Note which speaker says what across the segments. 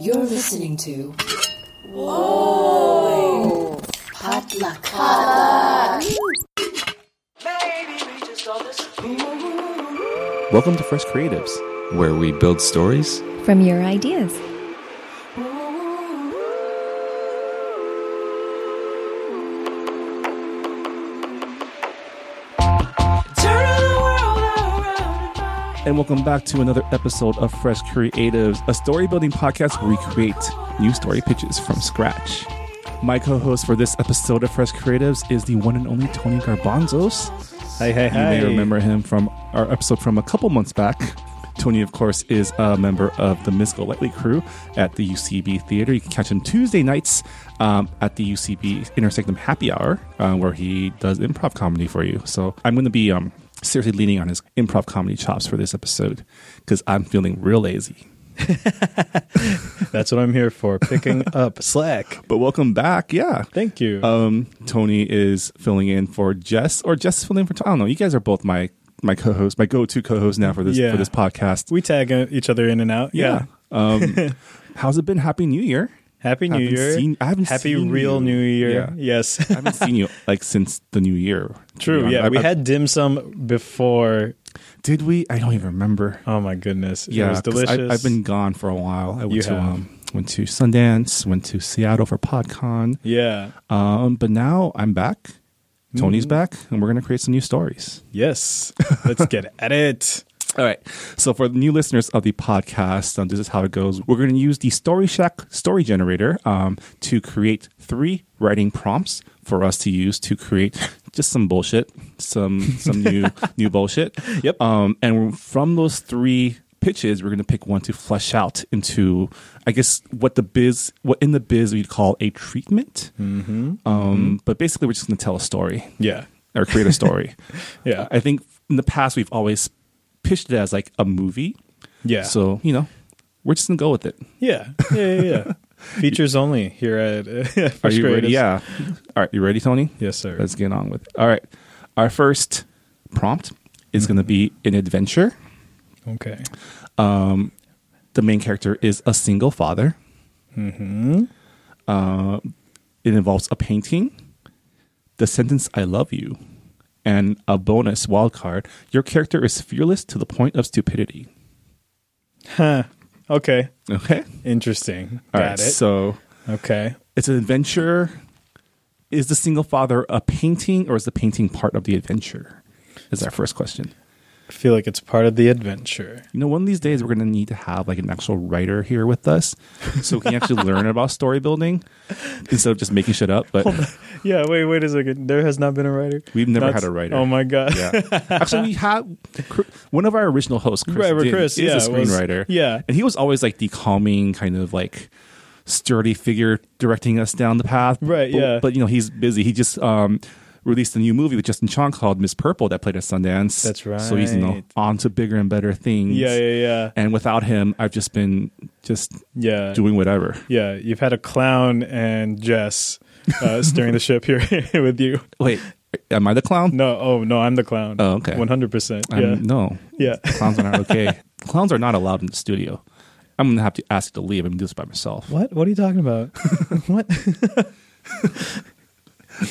Speaker 1: You're listening to. Whoa! Potluck.
Speaker 2: Welcome to Fresh Creatives, where we build stories.
Speaker 3: from your ideas.
Speaker 2: And welcome back to another episode of Fresh Creatives, a story building podcast where we create new story pitches from scratch. My co host for this episode of Fresh Creatives is the one and only Tony Garbanzos.
Speaker 4: Hey, hey, hey.
Speaker 2: You may remember him from our episode from a couple months back. Tony, of course, is a member of the Mystical Lightly crew at the UCB Theater. You can catch him Tuesday nights um, at the UCB Intersectum Happy Hour, uh, where he does improv comedy for you. So I'm going to be um, seriously leaning on his improv comedy chops for this episode because I'm feeling real lazy.
Speaker 4: That's what I'm here for, picking up slack.
Speaker 2: But welcome back. Yeah.
Speaker 4: Thank you.
Speaker 2: Um, Tony is filling in for Jess, or Jess is filling in for Tony. I don't know. You guys are both my my co-host, my go-to co-host now for this
Speaker 4: Yeah.
Speaker 2: for this podcast.
Speaker 4: we tag uh, each other in and out. Yeah.
Speaker 2: Um, how's it been? Happy New Year.
Speaker 4: Happy New
Speaker 2: Haven't
Speaker 4: Year.
Speaker 2: seen- I haven't
Speaker 4: Happy
Speaker 2: seen
Speaker 4: real
Speaker 2: you.
Speaker 4: New Year.
Speaker 2: Yeah.
Speaker 4: Yes.
Speaker 2: I haven't seen you like since the New Year. to be
Speaker 4: True.
Speaker 2: honest.
Speaker 4: Yeah.
Speaker 2: I-
Speaker 4: we
Speaker 2: I-
Speaker 4: had dim sum before.
Speaker 2: Did we? I don't even remember.
Speaker 4: Oh my goodness.
Speaker 2: yeah,
Speaker 4: It was
Speaker 2: 'cause
Speaker 4: delicious.
Speaker 2: I, have been gone for a while. I went
Speaker 4: You
Speaker 2: to
Speaker 4: have.
Speaker 2: um went to Sundance, went to Seattle for PodCon.
Speaker 4: Yeah.
Speaker 2: Um, but now I'm back. Tony's
Speaker 4: Mm.
Speaker 2: back, and we're gonna create some new stories.
Speaker 4: Yes. Let's get at it.
Speaker 2: All right. So for the new listeners of the podcast, um, this is how it goes. We're going to use the Story Shack story generator um, to create three writing prompts for us to use to create just some bullshit, some some new new bullshit.
Speaker 4: Yep.
Speaker 2: Um, and from those three pitches, we're going to pick one to flesh out into, I guess, what the biz, what in the biz we'd call a treatment. Mm-hmm. Um, But basically, we're just going to tell a story
Speaker 4: Yeah.
Speaker 2: or create a story.
Speaker 4: Yeah.
Speaker 2: I think in the past we've always pitched it as like a movie.
Speaker 4: Yeah.
Speaker 2: So, you know, we're just gonna go with it.
Speaker 4: yeah. Yeah. Yeah. yeah. Features only here at uh,
Speaker 2: Are
Speaker 4: Fresh
Speaker 2: you ready?
Speaker 4: Creatives.
Speaker 2: Yeah. All right, you ready, Tony?
Speaker 4: Yes, sir.
Speaker 2: Let's get on with it. All right. Our first prompt is gonna be an adventure.
Speaker 4: Okay.
Speaker 2: The main character is a single father. Mm-hmm. Uh, it involves a painting, the sentence "I love you," and a bonus wild card. Your character is fearless to the point of stupidity.
Speaker 4: Okay.
Speaker 2: Okay.
Speaker 4: Interesting.
Speaker 2: All
Speaker 4: Got
Speaker 2: right,
Speaker 4: it.
Speaker 2: So
Speaker 4: okay.
Speaker 2: it's an adventure. Is the single father a painting or is the painting part of the adventure? Is our first question.
Speaker 4: I feel like it's part of the adventure.
Speaker 2: You know, one of these days we're going to need to have like an actual writer here with us so we can actually learn about story building instead of just making shit up. But
Speaker 4: Yeah, wait, wait a second. There has not been a writer.
Speaker 2: We've never
Speaker 4: That's-
Speaker 2: had a writer.
Speaker 4: Oh my god.
Speaker 2: yeah. Actually, we had Cr- one of our original hosts, Chris,
Speaker 4: Right, right,
Speaker 2: Din, is
Speaker 4: Chris, yeah,
Speaker 2: a
Speaker 4: was-
Speaker 2: screenwriter.
Speaker 4: yeah.
Speaker 2: and he was always like the calming kind of like sturdy figure directing us down the path.
Speaker 4: Right,
Speaker 2: But-
Speaker 4: yeah.
Speaker 2: But you know, he's busy. He just um, released a new movie with Justin Chong called Miss Purple that played at Sundance.
Speaker 4: That's
Speaker 2: So he's you know
Speaker 4: right.
Speaker 2: on to bigger and better things.
Speaker 4: Yeah, yeah, yeah.
Speaker 2: And without him, I've just been just
Speaker 4: Yeah.
Speaker 2: doing whatever.
Speaker 4: yeah, you've had a clown and Jess uh, steering the ship here with you.
Speaker 2: Wait, am I the clown?
Speaker 4: No, oh no, I'm the clown.
Speaker 2: Oh, okay.
Speaker 4: 100%.
Speaker 2: I'm-
Speaker 4: yeah.
Speaker 2: No.
Speaker 4: Yeah.
Speaker 2: Clowns are not okay. Clowns are not allowed in the studio. I'm gonna have to ask you to leave. I'm doing this by myself.
Speaker 4: What? What are you talking about? what?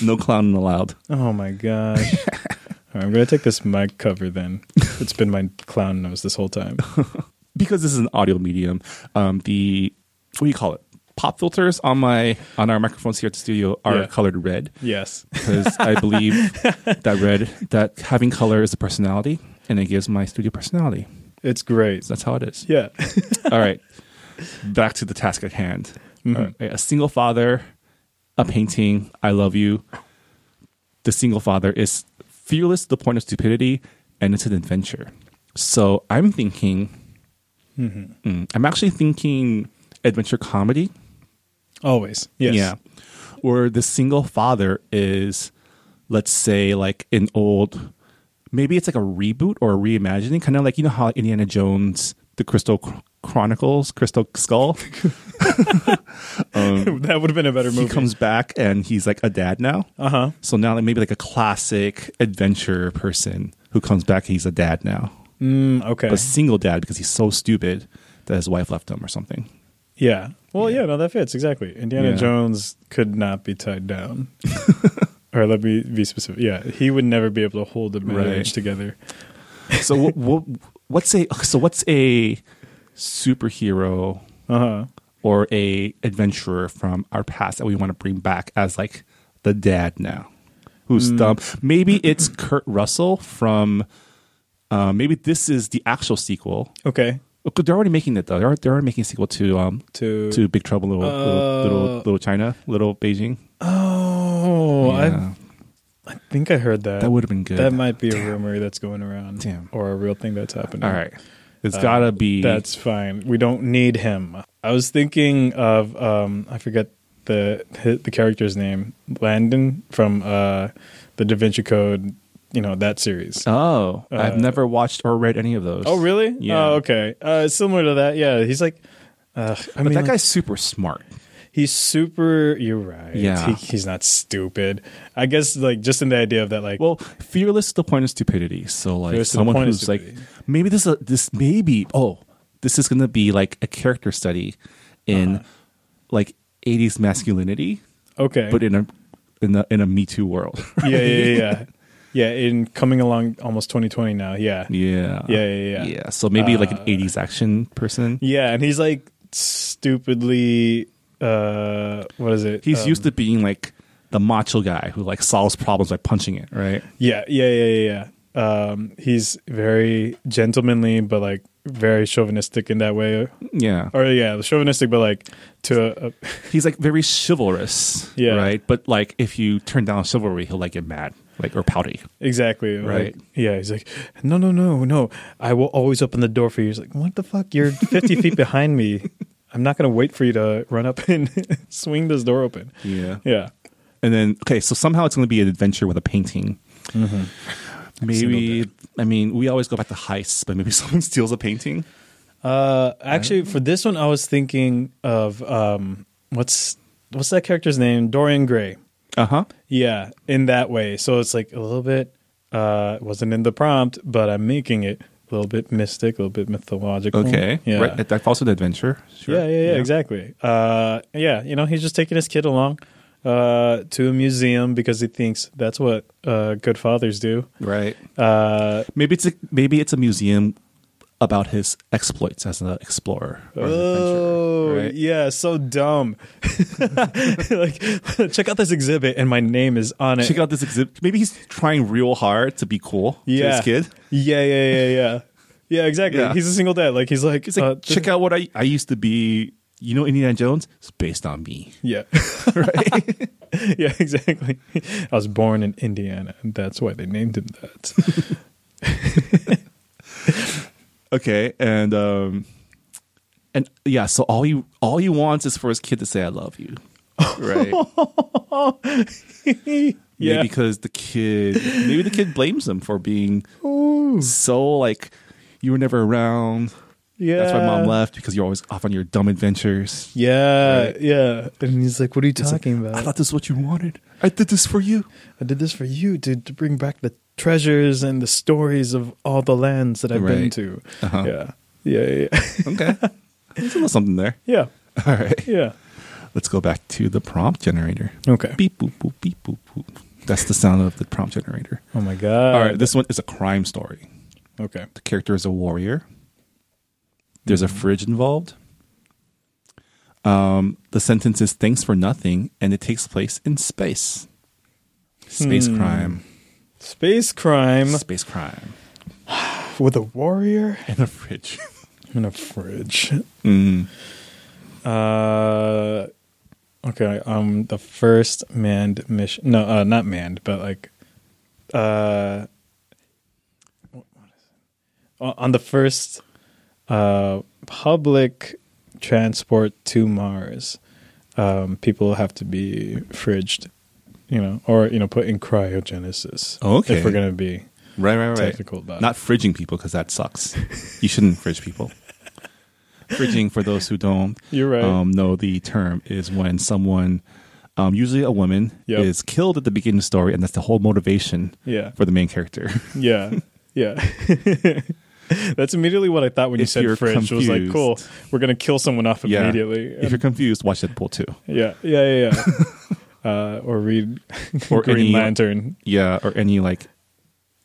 Speaker 2: No clowning allowed.
Speaker 4: Oh my gosh. All right, I'm going to take this mic cover then. It's been my clown nose this whole time.
Speaker 2: Because this is an audio medium, um, the what do you call it? Pop filters on my on our microphones here at the studio are
Speaker 4: Yeah.
Speaker 2: colored red
Speaker 4: Yes.
Speaker 2: because I believe that red that having color is a personality and it gives my studio personality.
Speaker 4: It's great.
Speaker 2: So that's how it is.
Speaker 4: Yeah.
Speaker 2: All right. Back to the task at hand. All right. A single father, a painting, I love you. The single father is fearless to the point of stupidity, and it's an adventure. So I'm thinking, Mm, I'm actually thinking adventure comedy.
Speaker 4: Always. Yes.
Speaker 2: Yeah. Where the single father is, let's say, like an old, maybe it's like a reboot or a reimagining, kind of like, you know, how Indiana Jones, the Crystal Chr- Chronicles, Crystal Skull,
Speaker 4: that would have been a better
Speaker 2: he
Speaker 4: movie.
Speaker 2: comes back and he's like a dad now.
Speaker 4: uh-huh.
Speaker 2: So now, like, maybe like a classic adventure person who comes back, he's a dad now,
Speaker 4: Mm, okay.
Speaker 2: a single dad because he's so stupid that his wife left him or something.
Speaker 4: Yeah. Well, yeah. no, that fits exactly. Indiana
Speaker 2: Yeah.
Speaker 4: Jones could not be tied down. or let me be specific. Yeah, he would never be able to hold a
Speaker 2: Right.
Speaker 4: marriage together.
Speaker 2: So what, what, what's a so what's a superhero
Speaker 4: Uh huh.
Speaker 2: or a adventurer from our past that we want to bring back as like the dad now who's
Speaker 4: Hmm.
Speaker 2: dumb maybe it's kurt russell from uh, maybe this is the actual sequel
Speaker 4: Okay.
Speaker 2: Okay, they're already making it though they're, they're already making a sequel to um
Speaker 4: To- Uh,
Speaker 2: to big trouble in little, little, little little china little beijing
Speaker 4: Oh,
Speaker 2: Yeah.
Speaker 4: I, I think I heard that.
Speaker 2: That would've been good.
Speaker 4: That might be a rumor that's going around.
Speaker 2: Damn.
Speaker 4: Or a real thing that's happening.
Speaker 2: all right it's gotta be
Speaker 4: uh, That's fine. We don't need him. I was thinking of um I forget the hi- the character's name, Landon from uh the Da Vinci Code, you know, that series.
Speaker 2: oh i've
Speaker 4: uh,
Speaker 2: never watched or read any of those
Speaker 4: Oh, really?
Speaker 2: yeah
Speaker 4: Oh, okay. Uh similar to that. Yeah, he's like uh, I
Speaker 2: but
Speaker 4: mean,
Speaker 2: that
Speaker 4: like,
Speaker 2: guy's super smart
Speaker 4: he's super. You're right.
Speaker 2: Yeah.
Speaker 4: he, he's not stupid. I guess like just in the idea of that, like,
Speaker 2: Well, fearless to the point of stupidity. So like
Speaker 4: Fearless to the
Speaker 2: someone
Speaker 4: point of
Speaker 2: who's like
Speaker 4: stupidity.
Speaker 2: maybe this is a, this maybe oh this is gonna be like a character study
Speaker 4: Uh-huh.
Speaker 2: in like eighties masculinity,
Speaker 4: okay,
Speaker 2: but in a in the in a Me Too world.
Speaker 4: yeah, yeah, yeah, yeah. yeah. In coming along, almost 2020 now. Yeah,
Speaker 2: yeah.
Speaker 4: Yeah, yeah, yeah.
Speaker 2: So maybe like an eighties action person.
Speaker 4: Yeah, and he's like stupidly. uh What is it?
Speaker 2: He's
Speaker 4: Um,
Speaker 2: used to being like the macho guy who like solves problems by punching it, right?
Speaker 4: Yeah, yeah, yeah, yeah. yeah. Um, he's very gentlemanly, but like very chauvinistic in that way.
Speaker 2: Yeah.
Speaker 4: Or yeah, chauvinistic, but like to a, a
Speaker 2: He's like very chivalrous.
Speaker 4: Yeah.
Speaker 2: Right. But like if you turn down chivalry, he'll like get mad. Like or pouty.
Speaker 4: Exactly. like-
Speaker 2: Right.
Speaker 4: yeah. He's like, no, no, no, no. I will always open the door for you. He's like, what the fuck? You're 50 feet behind me. I'm not going to wait for you to run up and swing this door open.
Speaker 2: Yeah.
Speaker 4: Yeah.
Speaker 2: and then okay, so somehow it's going to be an adventure with a painting.
Speaker 4: Mm-hmm.
Speaker 2: Maybe I mean we always go back to heists, but maybe someone steals a painting.
Speaker 4: Uh, actually, for this one, I was thinking of um, what's what's that character's name? Dorian Gray.
Speaker 2: Uh
Speaker 4: Uh-huh.
Speaker 2: huh.
Speaker 4: Yeah, in that way. So it's like a little bit uh wasn't in the prompt, but I'm making it a little bit mystic, a little bit mythological.
Speaker 2: Mm. Okay.
Speaker 4: Yeah.
Speaker 2: Right, that- that falls with adventure. Sure.
Speaker 4: Yeah, yeah, yeah, exactly. Uh, yeah, you know, he's just taking his kid along uh, to a museum because he thinks that's what uh, good fathers do.
Speaker 2: Right.
Speaker 4: Uh,
Speaker 2: Maybe it's a, maybe it's a museum about his exploits as an explorer or
Speaker 4: Uh,
Speaker 2: an
Speaker 4: oh,
Speaker 2: adventurer. Right?
Speaker 4: yeah, so dumb. like, check out this exhibit, and my name is on it.
Speaker 2: Check out this exhibit. Maybe he's trying real hard to be cool to
Speaker 4: yeah.
Speaker 2: his kid.
Speaker 4: Yeah, yeah, yeah, yeah. Yeah, exactly.
Speaker 2: Yeah.
Speaker 4: He's a single dad. Like he's like,
Speaker 2: He's like,
Speaker 4: uh, th-
Speaker 2: check out what I I used to be. You know, Indiana Jones. It's based on me.
Speaker 4: Yeah. yeah, exactly. I was born in Indiana, and that's why they named him that.
Speaker 2: Okay, and um, and yeah, so all he all he wants is for his kid to say "I love you," right?
Speaker 4: yeah.
Speaker 2: Maybe because the kid, maybe the kid blames him for being so like you were never around.
Speaker 4: Yeah.
Speaker 2: That's why mom left because you're always off on your dumb adventures.
Speaker 4: Yeah, yeah. And he's like, What are you talking
Speaker 2: I
Speaker 4: about?
Speaker 2: thought this is what you wanted. I did this for you.
Speaker 4: I did this for you to, to bring back the treasures and the stories of all the lands that I've been
Speaker 2: Right.
Speaker 4: to.
Speaker 2: Uh-huh.
Speaker 4: Yeah. Yeah, yeah, yeah.
Speaker 2: Okay, there's a little something there.
Speaker 4: yeah.
Speaker 2: All right,
Speaker 4: Yeah.
Speaker 2: let's go back to the prompt generator.
Speaker 4: Okay.
Speaker 2: Beep boop boop beep boop boop. That's the sound of the prompt generator.
Speaker 4: Oh my god.
Speaker 2: All right, this one is a crime story.
Speaker 4: Okay.
Speaker 2: The character is a warrior. There's
Speaker 4: Mm-hmm.
Speaker 2: a fridge involved. Um, the sentence is thanks for nothing, and it takes place in space. Space
Speaker 4: Hmm.
Speaker 2: crime.
Speaker 4: Space crime
Speaker 2: Space crime.
Speaker 4: with a warrior
Speaker 2: And a fridge.
Speaker 4: and a fridge.
Speaker 2: Mm.
Speaker 4: Uh okay, um the first manned mission no, uh not manned, but like uh what- what is it? on the first uh public transport to Mars. Um people have to be fridged, you know, or you know, put in cryogenesis.
Speaker 2: Oh, Okay.
Speaker 4: If we're going to be
Speaker 2: Right, right, right.
Speaker 4: Technical about it.
Speaker 2: Not fridging people because that sucks. you shouldn't fridge people. Fridging, for those who don't
Speaker 4: You're right.
Speaker 2: um, know the term, is when someone, um, usually a woman,
Speaker 4: Yep.
Speaker 2: is killed at the beginning of the story, and that's the whole motivation
Speaker 4: Yeah.
Speaker 2: for the main character.
Speaker 4: Yeah. Yeah. That's immediately what I thought when you
Speaker 2: If
Speaker 4: said
Speaker 2: you're
Speaker 4: fridge. It was like,
Speaker 2: confused.
Speaker 4: cool, we're gonna kill someone off
Speaker 2: Yeah.
Speaker 4: immediately.
Speaker 2: If you're confused, watch Deadpool 2.
Speaker 4: yeah, yeah, yeah, yeah. uh, or read
Speaker 2: Or
Speaker 4: Green
Speaker 2: any-
Speaker 4: Lantern,
Speaker 2: Yeah, or any like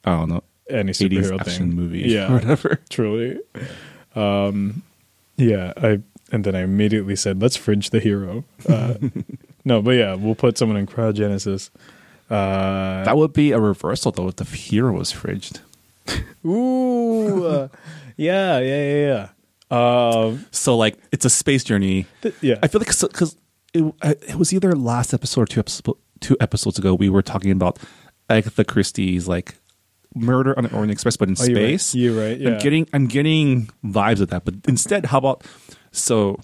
Speaker 2: I don't know
Speaker 4: any
Speaker 2: 80s
Speaker 4: superhero
Speaker 2: action
Speaker 4: thing,
Speaker 2: movie or
Speaker 4: Yeah,
Speaker 2: whatever.
Speaker 4: truly. Um, yeah, I and then I immediately said, "Let's fridge the hero." Uh, no, but yeah, we'll put someone in cryogenesis. Uh,
Speaker 2: That would be a reversal though if the hero was fridged.
Speaker 4: ooh, uh, yeah, yeah, yeah, yeah. Um,
Speaker 2: So like it's a space journey.
Speaker 4: th- yeah,
Speaker 2: I feel like because it, I- it was either last episode or two, episode, two episodes ago we were talking about Agatha Christie's like Murder on the Orient Express, but in
Speaker 4: Oh, you're right.
Speaker 2: space.
Speaker 4: You're right, yeah.
Speaker 2: I'm getting I'm getting vibes of that, but instead, how about so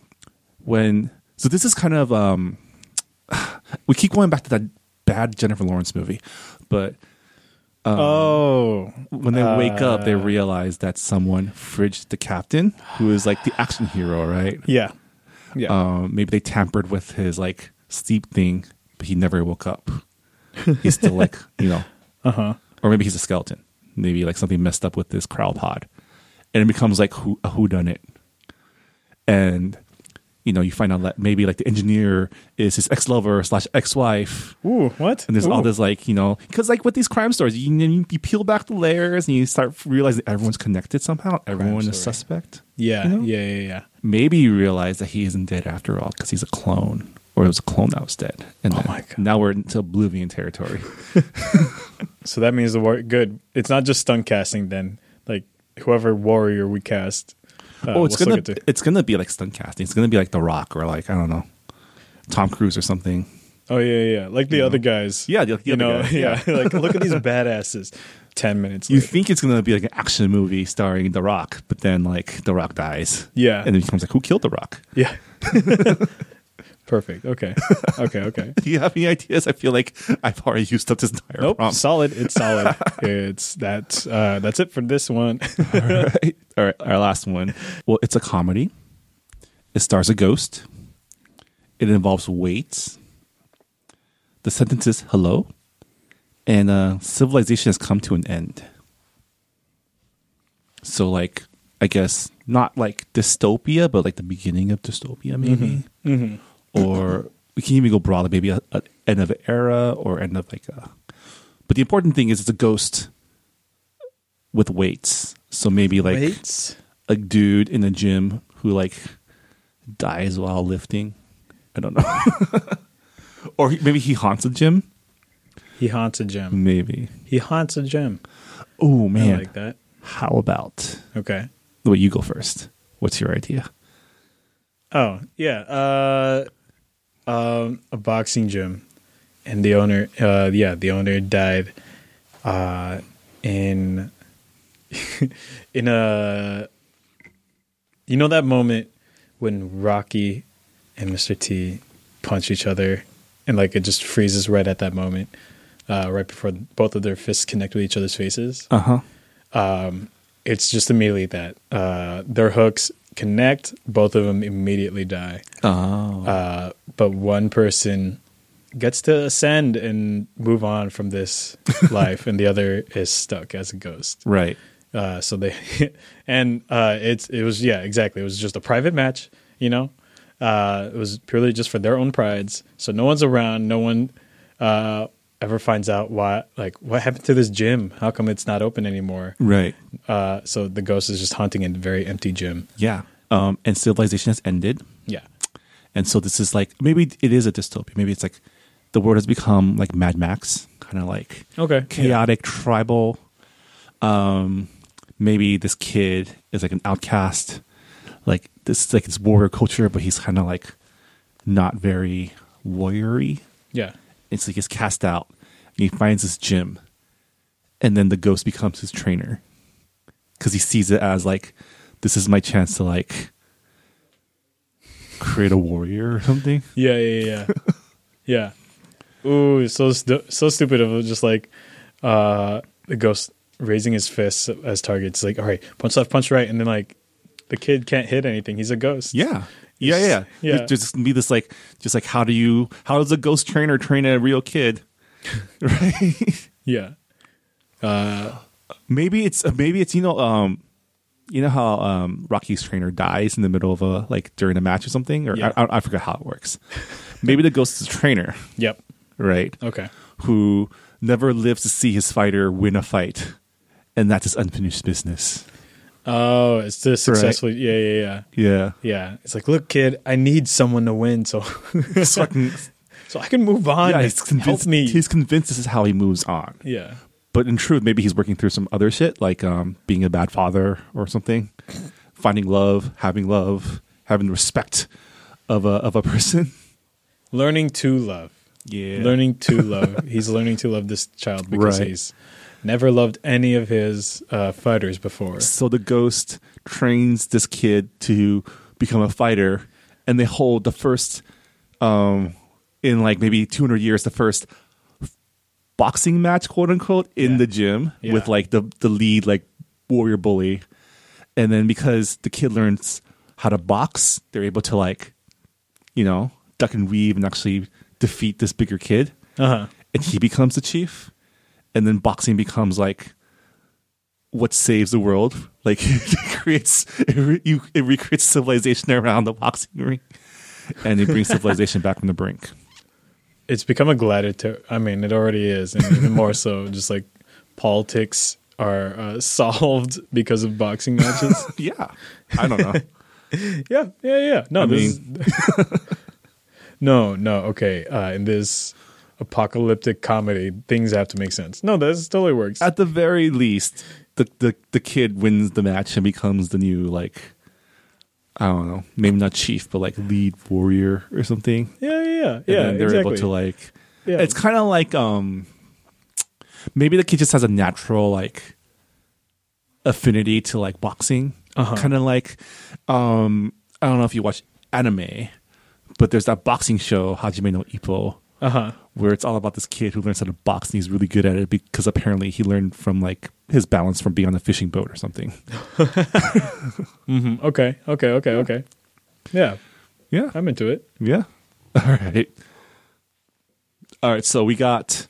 Speaker 2: when so this is kind of um we keep going back to that bad Jennifer Lawrence movie, but Um,
Speaker 4: oh,
Speaker 2: when they wake up,
Speaker 4: Uh.
Speaker 2: they realize that someone fridged the captain, who is like the action hero, right?
Speaker 4: yeah, yeah.
Speaker 2: um, maybe they tampered with his like sleep thing, but he never woke up. He's still like you know,
Speaker 4: Uh huh.
Speaker 2: or maybe he's a skeleton. Maybe like something messed up with this crowd pod, and it becomes like who a who done it, and you know you find out that maybe like the engineer is his ex lover slash ex wife.
Speaker 4: Ooh, what?
Speaker 2: And there's all
Speaker 4: Ooh.
Speaker 2: this like you know because like with these crime stories you, you you peel back the layers and you start realizing everyone's connected somehow everyone is
Speaker 4: story.
Speaker 2: suspect
Speaker 4: Yeah,
Speaker 2: you know?
Speaker 4: yeah, yeah, yeah.
Speaker 2: maybe you realize that he isn't dead after all because he's a clone or it was a clone that was dead and then-
Speaker 4: Oh my God.
Speaker 2: now we're into oblivion territory
Speaker 4: So that means the war. Good. It's not just stunt casting then. Like whoever warrior we cast. Uh,
Speaker 2: oh it's
Speaker 4: we'll still
Speaker 2: gonna
Speaker 4: get to-
Speaker 2: it's gonna be like stunt casting it's gonna be like the rock or like i don't know tom cruise or something
Speaker 4: Oh yeah, yeah, yeah. Like the other guys.
Speaker 2: Yeah, the- the
Speaker 4: you
Speaker 2: other
Speaker 4: know.
Speaker 2: guys,
Speaker 4: Yeah. like look at these badasses. Ten minutes.
Speaker 2: you
Speaker 4: later.
Speaker 2: think it's gonna be like an action movie starring the rock but then like the rock dies
Speaker 4: Yeah.
Speaker 2: and it becomes like who killed the rock
Speaker 4: yeah. Perfect. Okay. Okay. Okay.
Speaker 2: do you have any ideas i feel like i've already used up this entire
Speaker 4: Nope.
Speaker 2: prompt
Speaker 4: Solid. It's solid. it's that's uh, that's it for this one.
Speaker 2: right. All right, our last one. Well, it's a comedy. It stars a ghost. It involves weights. The sentence is hello, and uh, civilization has come to an end. So, like, I guess not like dystopia, but like the beginning of dystopia, maybe. Or we can even go broader, maybe a, a end of an era or end of like a. But the important thing is it's a ghost with weights. So maybe like
Speaker 4: Weights?
Speaker 2: a dude in a gym who like dies while lifting. I don't know. or he, maybe he haunts a gym.
Speaker 4: He haunts a gem.
Speaker 2: Maybe.
Speaker 4: He haunts a gem.
Speaker 2: Oh
Speaker 4: I
Speaker 2: man.
Speaker 4: like that.
Speaker 2: How about
Speaker 4: Okay.
Speaker 2: well you go first. What's your idea?
Speaker 4: Oh yeah, uh, um, a boxing gym, and the owner, uh, yeah, the owner died, uh, in in a you know that moment when Rocky and Mr. T punch each other, and like it just freezes right at that moment, uh, right before both of their fists connect with each other's faces
Speaker 2: huh.
Speaker 4: it's just immediately that uh, their hooks connect. Both of them immediately die,
Speaker 2: Oh.
Speaker 4: uh, but one person gets to ascend and move on from this life, and the other is stuck as a ghost.
Speaker 2: right.
Speaker 4: Uh, so they and uh, it's it was yeah exactly. It was just a private match, you know. Uh, it was purely just for their own prides. So no one's around. No one uh, ever finds out why. Like what happened to this gym? How come it's not open anymore?
Speaker 2: Right.
Speaker 4: Uh, so the ghost is just haunting a very empty gym.
Speaker 2: Yeah. Um and civilization has ended.
Speaker 4: Yeah.
Speaker 2: And so this is like maybe it is a dystopia. Maybe it's like the world has become like Mad Max, kind of like
Speaker 4: Okay.
Speaker 2: chaotic tribal. Um, maybe this kid is like an outcast, like this like this warrior culture, but he's kind of like not very warriory.
Speaker 4: Yeah.
Speaker 2: It's like he's cast out, and he finds this gym, and then the ghost becomes his trainer because he sees it as like this is my chance to like create a warrior or something.
Speaker 4: Yeah. Yeah. Yeah. yeah. Ooh, so stu- so stupid of just like uh the ghost raising his fists as targets. Like, all right, punch left, punch right, and then like the kid can't hit anything. He's a ghost.
Speaker 2: Yeah. Yeah, yeah, yeah.
Speaker 4: Yeah.
Speaker 2: There's Just be this like, just like, how do you, how does a ghost trainer train a real kid? right.
Speaker 4: Yeah. Uh,
Speaker 2: Maybe it's, maybe it's, you know, um, you know how um, Rocky's trainer dies in the middle of a like during a match or something, or
Speaker 4: Yeah.
Speaker 2: I, I, I forget how it works. Maybe the ghost is a trainer,
Speaker 4: Yep.
Speaker 2: right?
Speaker 4: Okay.
Speaker 2: Who never lives to see his fighter win a fight, and that's his unfinished business.
Speaker 4: Oh, it's the successful. Yeah, yeah, yeah.
Speaker 2: Yeah,
Speaker 4: Yeah. It's like, look, kid, I need someone to win, so so,
Speaker 2: fucking
Speaker 4: I can move on.
Speaker 2: yeah.
Speaker 4: Yeah,
Speaker 2: He's convinced.
Speaker 4: Help me.
Speaker 2: He's convinced this is how he moves on.
Speaker 4: yeah.
Speaker 2: But in truth, maybe he's working through some other shit, like um, being a bad father or something, finding love, having love, having respect of a of a person.
Speaker 4: Learning to love.
Speaker 2: Yeah.
Speaker 4: Learning to love. he's learning to love this child because
Speaker 2: Right.
Speaker 4: he's never loved any of his uh, fighters before.
Speaker 2: So the ghost trains this kid to become a fighter, and they hold the first, um, in like maybe 200 years, the first boxing match, quote unquote, in
Speaker 4: Yeah.
Speaker 2: the gym
Speaker 4: Yeah.
Speaker 2: with like the the lead like warrior bully, and then because the kid learns how to box, they're able to like, you know, duck and weave and actually defeat this bigger kid
Speaker 4: Uh huh.
Speaker 2: and he becomes the chief and then boxing becomes like what saves the world like it creates it, re- you, it recreates civilization around the boxing ring and it brings civilization back from the brink
Speaker 4: It's become a gladiator. I mean, it already is, and even more so. Just like politics are uh, solved because of boxing matches.
Speaker 2: yeah i don't know
Speaker 4: Yeah, yeah, yeah. No,
Speaker 2: I
Speaker 4: this is- no, no. Okay, uh, in this apocalyptic comedy, things have to make sense. No, this totally works.
Speaker 2: at the very least the, the the kid wins the match and becomes the new like i don't know maybe not chief but like lead warrior or something
Speaker 4: yeah, yeah, yeah.
Speaker 2: and
Speaker 4: yeah
Speaker 2: then they're
Speaker 4: exactly.
Speaker 2: able to like
Speaker 4: Yeah.
Speaker 2: it's kind of like um maybe the kid just has a natural like affinity to like boxing
Speaker 4: Uh-huh.
Speaker 2: kind of like um i don't know if you watch anime but there's that boxing show hajime no ippo
Speaker 4: Uh huh.
Speaker 2: where it's all about this kid who learns how to box and he's really good at it because apparently he learned from like his balance from being on a fishing boat or something
Speaker 4: Okay, okay, okay, okay. Yeah,
Speaker 2: yeah
Speaker 4: I'm into it.
Speaker 2: Yeah. All right. All right. So we got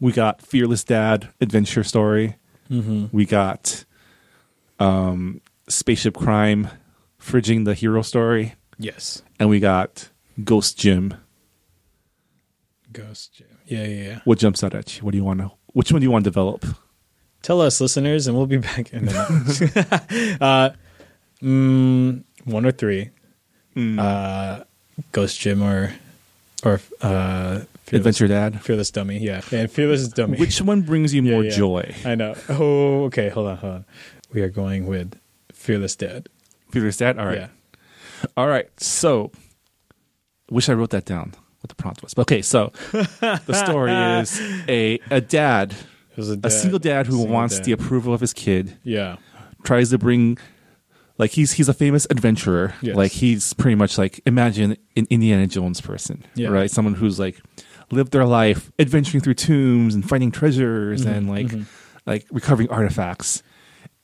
Speaker 2: we got fearless dad adventure story. We got um, spaceship crime, fridging the hero story,
Speaker 4: Yes.
Speaker 2: and we got ghost gym.
Speaker 4: Ghost Jam. Yeah, yeah, yeah.
Speaker 2: What jumps out at you? What do you want to? Which one do you want to develop?
Speaker 4: Tell us, listeners, and we'll be back in a minute. uh, mm, one or three.
Speaker 2: Mm.
Speaker 4: Uh, Ghost Jim or or uh, Fearless-
Speaker 2: Adventure dad.
Speaker 4: Fearless Dummy, yeah. And Fearless Dummy.
Speaker 2: Which one brings you
Speaker 4: Yeah,
Speaker 2: more
Speaker 4: yeah.
Speaker 2: joy?
Speaker 4: I know. Oh, okay. Hold on, hold on. We are going with Fearless Dad.
Speaker 2: Fearless dad. All right.
Speaker 4: Yeah.
Speaker 2: All right. So, wish I wrote that down. What the prompt was. Okay. So, the story is a a dad,
Speaker 4: It was
Speaker 2: a single dad who
Speaker 4: single
Speaker 2: wants
Speaker 4: dad.
Speaker 2: the approval of his kid,
Speaker 4: Yeah.
Speaker 2: tries to bring, like he's he's a famous adventurer.
Speaker 4: Yes.
Speaker 2: Like he's pretty much like imagine an Indiana Jones person,
Speaker 4: Yeah.
Speaker 2: right? Someone who's like lived their life adventuring through tombs and finding treasures
Speaker 4: Mm-hmm.
Speaker 2: and like like recovering artifacts.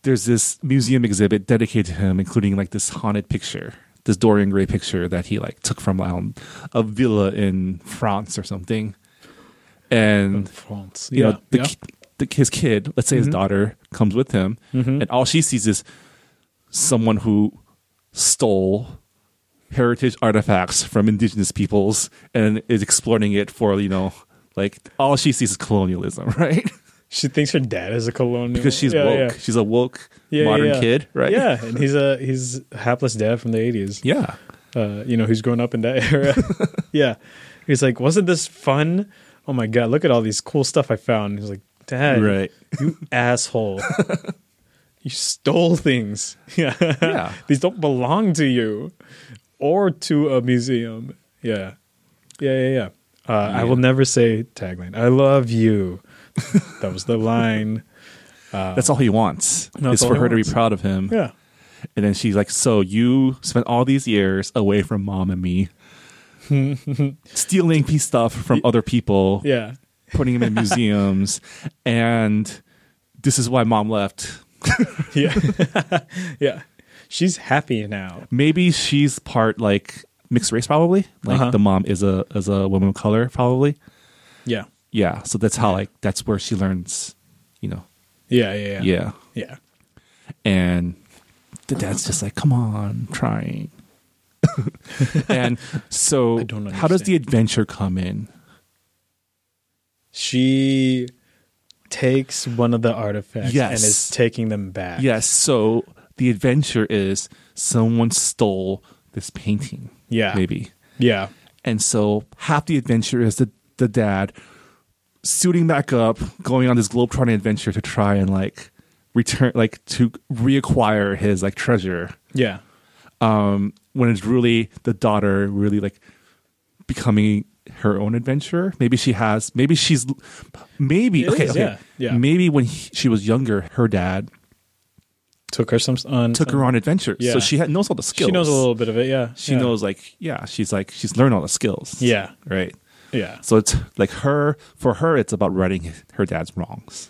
Speaker 2: There's this museum exhibit dedicated to him, including like this haunted picture, this Dorian Gray picture that he like took from um, a villa in France or something. And
Speaker 4: France.
Speaker 2: you
Speaker 4: yeah.
Speaker 2: know the,
Speaker 4: yeah. Mm-hmm.
Speaker 2: ki- the his kid let's say his daughter comes with him and all she sees is someone who stole heritage artifacts from indigenous peoples and is exploiting it for you know like all she sees is colonialism right
Speaker 4: she thinks her dad is a colonial
Speaker 2: because she's
Speaker 4: yeah,
Speaker 2: woke
Speaker 4: yeah.
Speaker 2: she's a woke
Speaker 4: Yeah, yeah,
Speaker 2: modern
Speaker 4: yeah.
Speaker 2: kid right
Speaker 4: Yeah, and he's a he's a hapless dad from the eighties.
Speaker 2: yeah
Speaker 4: Uh, you know, who's grown up in that era. yeah. He's like, Wasn't this fun? Oh my god, look at all these cool stuff I found. He's like, Dad,
Speaker 2: right
Speaker 4: you asshole. you stole things. Yeah.
Speaker 2: Yeah.
Speaker 4: These don't belong to you or to a museum. Yeah. Yeah, yeah, yeah. Uh, I will never say tagline. I love you. that was the line.
Speaker 2: that's all he wants is
Speaker 4: That's all
Speaker 2: for
Speaker 4: he
Speaker 2: her to be
Speaker 4: wants.
Speaker 2: proud of him
Speaker 4: Yeah.
Speaker 2: and then she's like so you spent all these years away from mom and me stealing piece stuff from other people
Speaker 4: Yeah.
Speaker 2: putting them in museums and this is why mom left
Speaker 4: Yeah. yeah. She's happy now.
Speaker 2: maybe she's part like mixed race probably like
Speaker 4: Uh-huh.
Speaker 2: the mom is a is a woman of color probably
Speaker 4: Yeah.
Speaker 2: yeah so that's how like that's where she learns you know
Speaker 4: Yeah, yeah, yeah.
Speaker 2: yeah
Speaker 4: Yeah.
Speaker 2: and the dad's just like, "Come on, I'm trying." and so,
Speaker 4: I don't
Speaker 2: how does
Speaker 4: understand.
Speaker 2: the adventure come in?
Speaker 4: She takes one of the artifacts
Speaker 2: Yes.
Speaker 4: and is taking them back.
Speaker 2: Yes, so the adventure is someone stole this painting.
Speaker 4: Yeah.
Speaker 2: maybe.
Speaker 4: Yeah.
Speaker 2: And so half the adventure is the, the dad suiting back up, going on this globetrotting adventure to try and like return, like to reacquire his like treasure.
Speaker 4: Yeah.
Speaker 2: When it's really the daughter really like becoming her own adventurer. Maybe she has, maybe she's, maybe,
Speaker 4: It
Speaker 2: okay,
Speaker 4: is,
Speaker 2: okay.
Speaker 4: yeah, yeah.
Speaker 2: Maybe when he, she was younger, her dad
Speaker 4: Took her some on
Speaker 2: took
Speaker 4: some-
Speaker 2: her on adventures.
Speaker 4: Yeah.
Speaker 2: So she had, knows all the skills.
Speaker 4: She knows a little bit of it, yeah.
Speaker 2: She
Speaker 4: Yeah.
Speaker 2: knows like, yeah, she's like, she's learned all the skills.
Speaker 4: Yeah.
Speaker 2: Right.
Speaker 4: Yeah.
Speaker 2: So it's like her for her, it's about righting her dad's wrongs,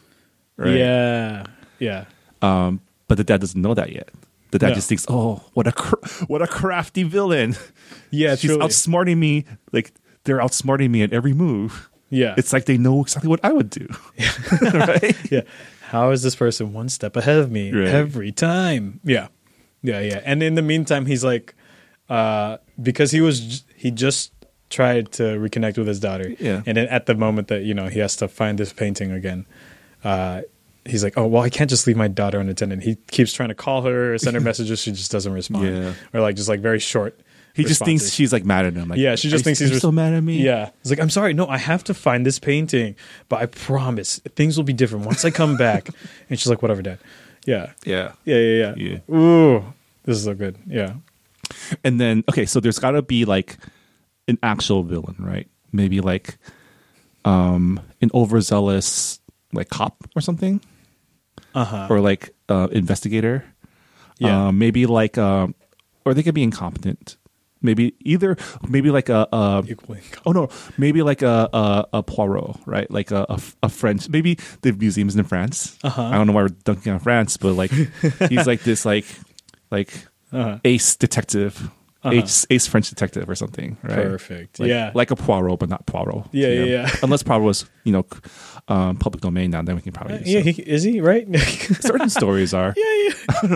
Speaker 2: right?
Speaker 4: Yeah. Yeah.
Speaker 2: But the dad doesn't know that yet. The dad
Speaker 4: No.
Speaker 2: just thinks, "Oh, what a cr- what a crafty villain!
Speaker 4: Yeah,
Speaker 2: She's
Speaker 4: truly.
Speaker 2: outsmarting me. Like they're outsmarting me at every move.
Speaker 4: Yeah.
Speaker 2: It's like they know exactly what I would do, right?
Speaker 4: yeah. How is this person one step ahead of me
Speaker 2: Right.
Speaker 4: every time? Yeah. Yeah, yeah. And in the meantime, he's like, uh, because he was, j- he just tried to reconnect with his daughter.
Speaker 2: Yeah.
Speaker 4: And then at the moment that, you know, he has to find this painting again, uh, he's like, oh, well, I can't just leave my daughter unattended. He keeps trying to call her, send her messages. She just doesn't respond.
Speaker 2: Yeah.
Speaker 4: Or like, just like very short.
Speaker 2: He just thinks
Speaker 4: responses.
Speaker 2: she's like mad at him. Like,
Speaker 4: Yeah, she just
Speaker 2: "Are
Speaker 4: thinks
Speaker 2: you
Speaker 4: he's res-
Speaker 2: so mad at me.
Speaker 4: Yeah. It's like, I'm sorry. No, I have to find this painting, but I promise things will be different once I come back. and she's like, whatever, dad. Yeah.
Speaker 2: yeah,
Speaker 4: Yeah. Yeah. Yeah. Ooh, this is so good. Yeah.
Speaker 2: And then okay, so there's got to be like an actual villain, right? Maybe like um an overzealous like cop or something.
Speaker 4: Uh huh.
Speaker 2: or like uh, investigator.
Speaker 4: Yeah.
Speaker 2: Uh, maybe like, um, or they could be incompetent. Maybe either, maybe like a, a
Speaker 4: Equally incompetent.
Speaker 2: oh no, maybe like a a, a Poirot, right? Like a, a a French. Maybe the museum's in France.
Speaker 4: Uh-huh.
Speaker 2: I don't know why we're dunking on France, but like he's like this like like
Speaker 4: Uh-huh.
Speaker 2: ace detective,
Speaker 4: Uh-huh.
Speaker 2: ace, ace French detective or something, right?
Speaker 4: Perfect.
Speaker 2: Like,
Speaker 4: yeah.
Speaker 2: like a Poirot, but not Poirot.
Speaker 4: Yeah,
Speaker 2: you
Speaker 4: yeah,
Speaker 2: know?
Speaker 4: yeah.
Speaker 2: Unless Poirot was, you know, c- um, public domain now, then we can probably.
Speaker 4: Uh,
Speaker 2: use
Speaker 4: yeah.
Speaker 2: it.
Speaker 4: He, is he right? yeah.
Speaker 2: certain stories are.
Speaker 4: Yeah.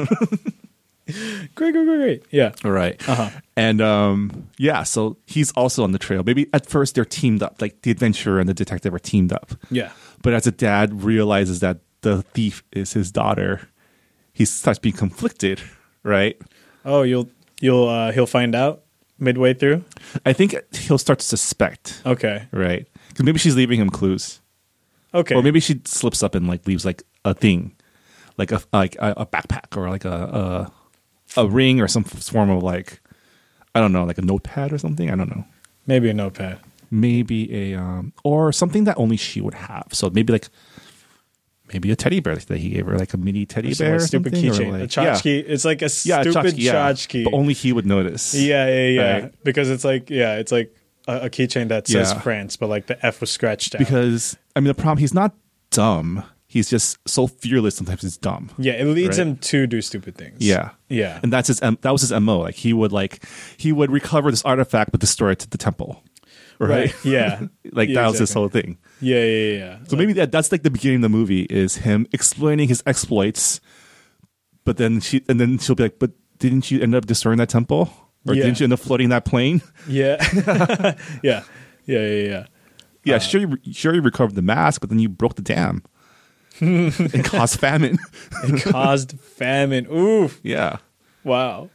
Speaker 4: great. Great. Great. Great. Yeah.
Speaker 2: All right.
Speaker 4: Uh-huh.
Speaker 2: And um, yeah, so he's also on the trail. Maybe at first they're teamed up, like the adventurer and the detective are teamed up.
Speaker 4: Yeah.
Speaker 2: But as a dad realizes that the thief is his daughter, he starts being conflicted, right?
Speaker 4: Oh, you'll you'll uh, he'll find out midway through.
Speaker 2: I think he'll start to suspect,
Speaker 4: Okay.
Speaker 2: right? Because maybe she's leaving him clues,
Speaker 4: Okay.
Speaker 2: or maybe she slips up and like leaves like a thing, like a like a, a backpack or like a, a a ring or some form of like I don't know, like a notepad or something. I don't know.
Speaker 4: maybe a notepad.
Speaker 2: maybe a um or something that only she would have. So maybe like maybe a teddy bear that he gave her, like a mini teddy
Speaker 4: Some,
Speaker 2: bear,
Speaker 4: like,
Speaker 2: or
Speaker 4: stupid
Speaker 2: something, or
Speaker 4: keychain.
Speaker 2: like-
Speaker 4: a
Speaker 2: yeah.
Speaker 4: tchotchke. It's like a
Speaker 2: Yeah, a
Speaker 4: stupid
Speaker 2: yeah.
Speaker 4: tchotchke.
Speaker 2: But only he would notice.
Speaker 4: Yeah, yeah, yeah.
Speaker 2: Right.
Speaker 4: Because it's like, yeah, it's like a, a keychain that says
Speaker 2: Yeah.
Speaker 4: France, but like the F was scratched out.
Speaker 2: because I mean the problem he's not dumb. He's just so fearless. Sometimes he's dumb.
Speaker 4: yeah, it leads
Speaker 2: Right.
Speaker 4: him to do stupid things.
Speaker 2: Yeah.
Speaker 4: yeah,
Speaker 2: And that's his. M- That was his mo. Like he would like he would recover this artifact, but destroy it to the temple. Right.
Speaker 4: Yeah,
Speaker 2: like
Speaker 4: Yeah,
Speaker 2: that was his
Speaker 4: exactly.
Speaker 2: whole thing.
Speaker 4: Yeah, yeah, yeah. yeah.
Speaker 2: So maybe that that's like the beginning of the movie is him explaining his exploits, but then she and then she'll be like, "But didn't you end up destroying that temple, or
Speaker 4: Yeah.
Speaker 2: didn't you end up flooding that plane?"
Speaker 4: yeah, yeah, yeah, yeah, yeah.
Speaker 2: Yeah,
Speaker 4: Uh.
Speaker 2: sure, you, sure you recovered the mask, but then you broke the dam and caused famine.
Speaker 4: It caused famine. Oof!
Speaker 2: yeah,
Speaker 4: Wow,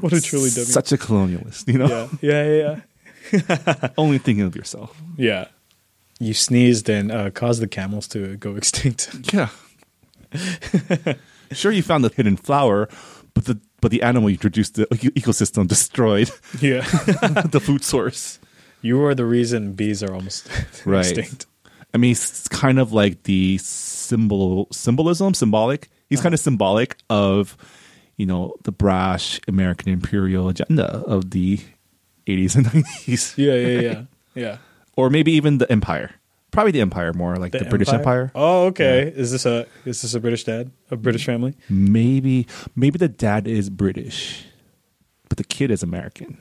Speaker 4: what a truly dummy.
Speaker 2: such a colonialist, you know,
Speaker 4: yeah, yeah, yeah, yeah.
Speaker 2: only thinking of yourself.
Speaker 4: yeah. You sneezed and uh, caused the camels to go extinct.
Speaker 2: Yeah, sure you found the hidden flower, but the but the animal you introduced to the eco- ecosystem destroyed
Speaker 4: yeah,
Speaker 2: the food source.
Speaker 4: you are the reason bees are almost
Speaker 2: Right.
Speaker 4: extinct.
Speaker 2: I mean, it's kind of like the symbol, symbolism, symbolic. He's kind of
Speaker 4: Uh-huh.
Speaker 2: symbolic of, you know, the brash American imperial agenda of the 80s and 90s,
Speaker 4: Yeah, yeah, yeah, yeah.
Speaker 2: or maybe even the empire. Probably the empire more, like the, British Empire.
Speaker 4: Oh, okay. Is this a is this a British dad, a British family?
Speaker 2: Maybe, maybe the dad is British, but the kid is American,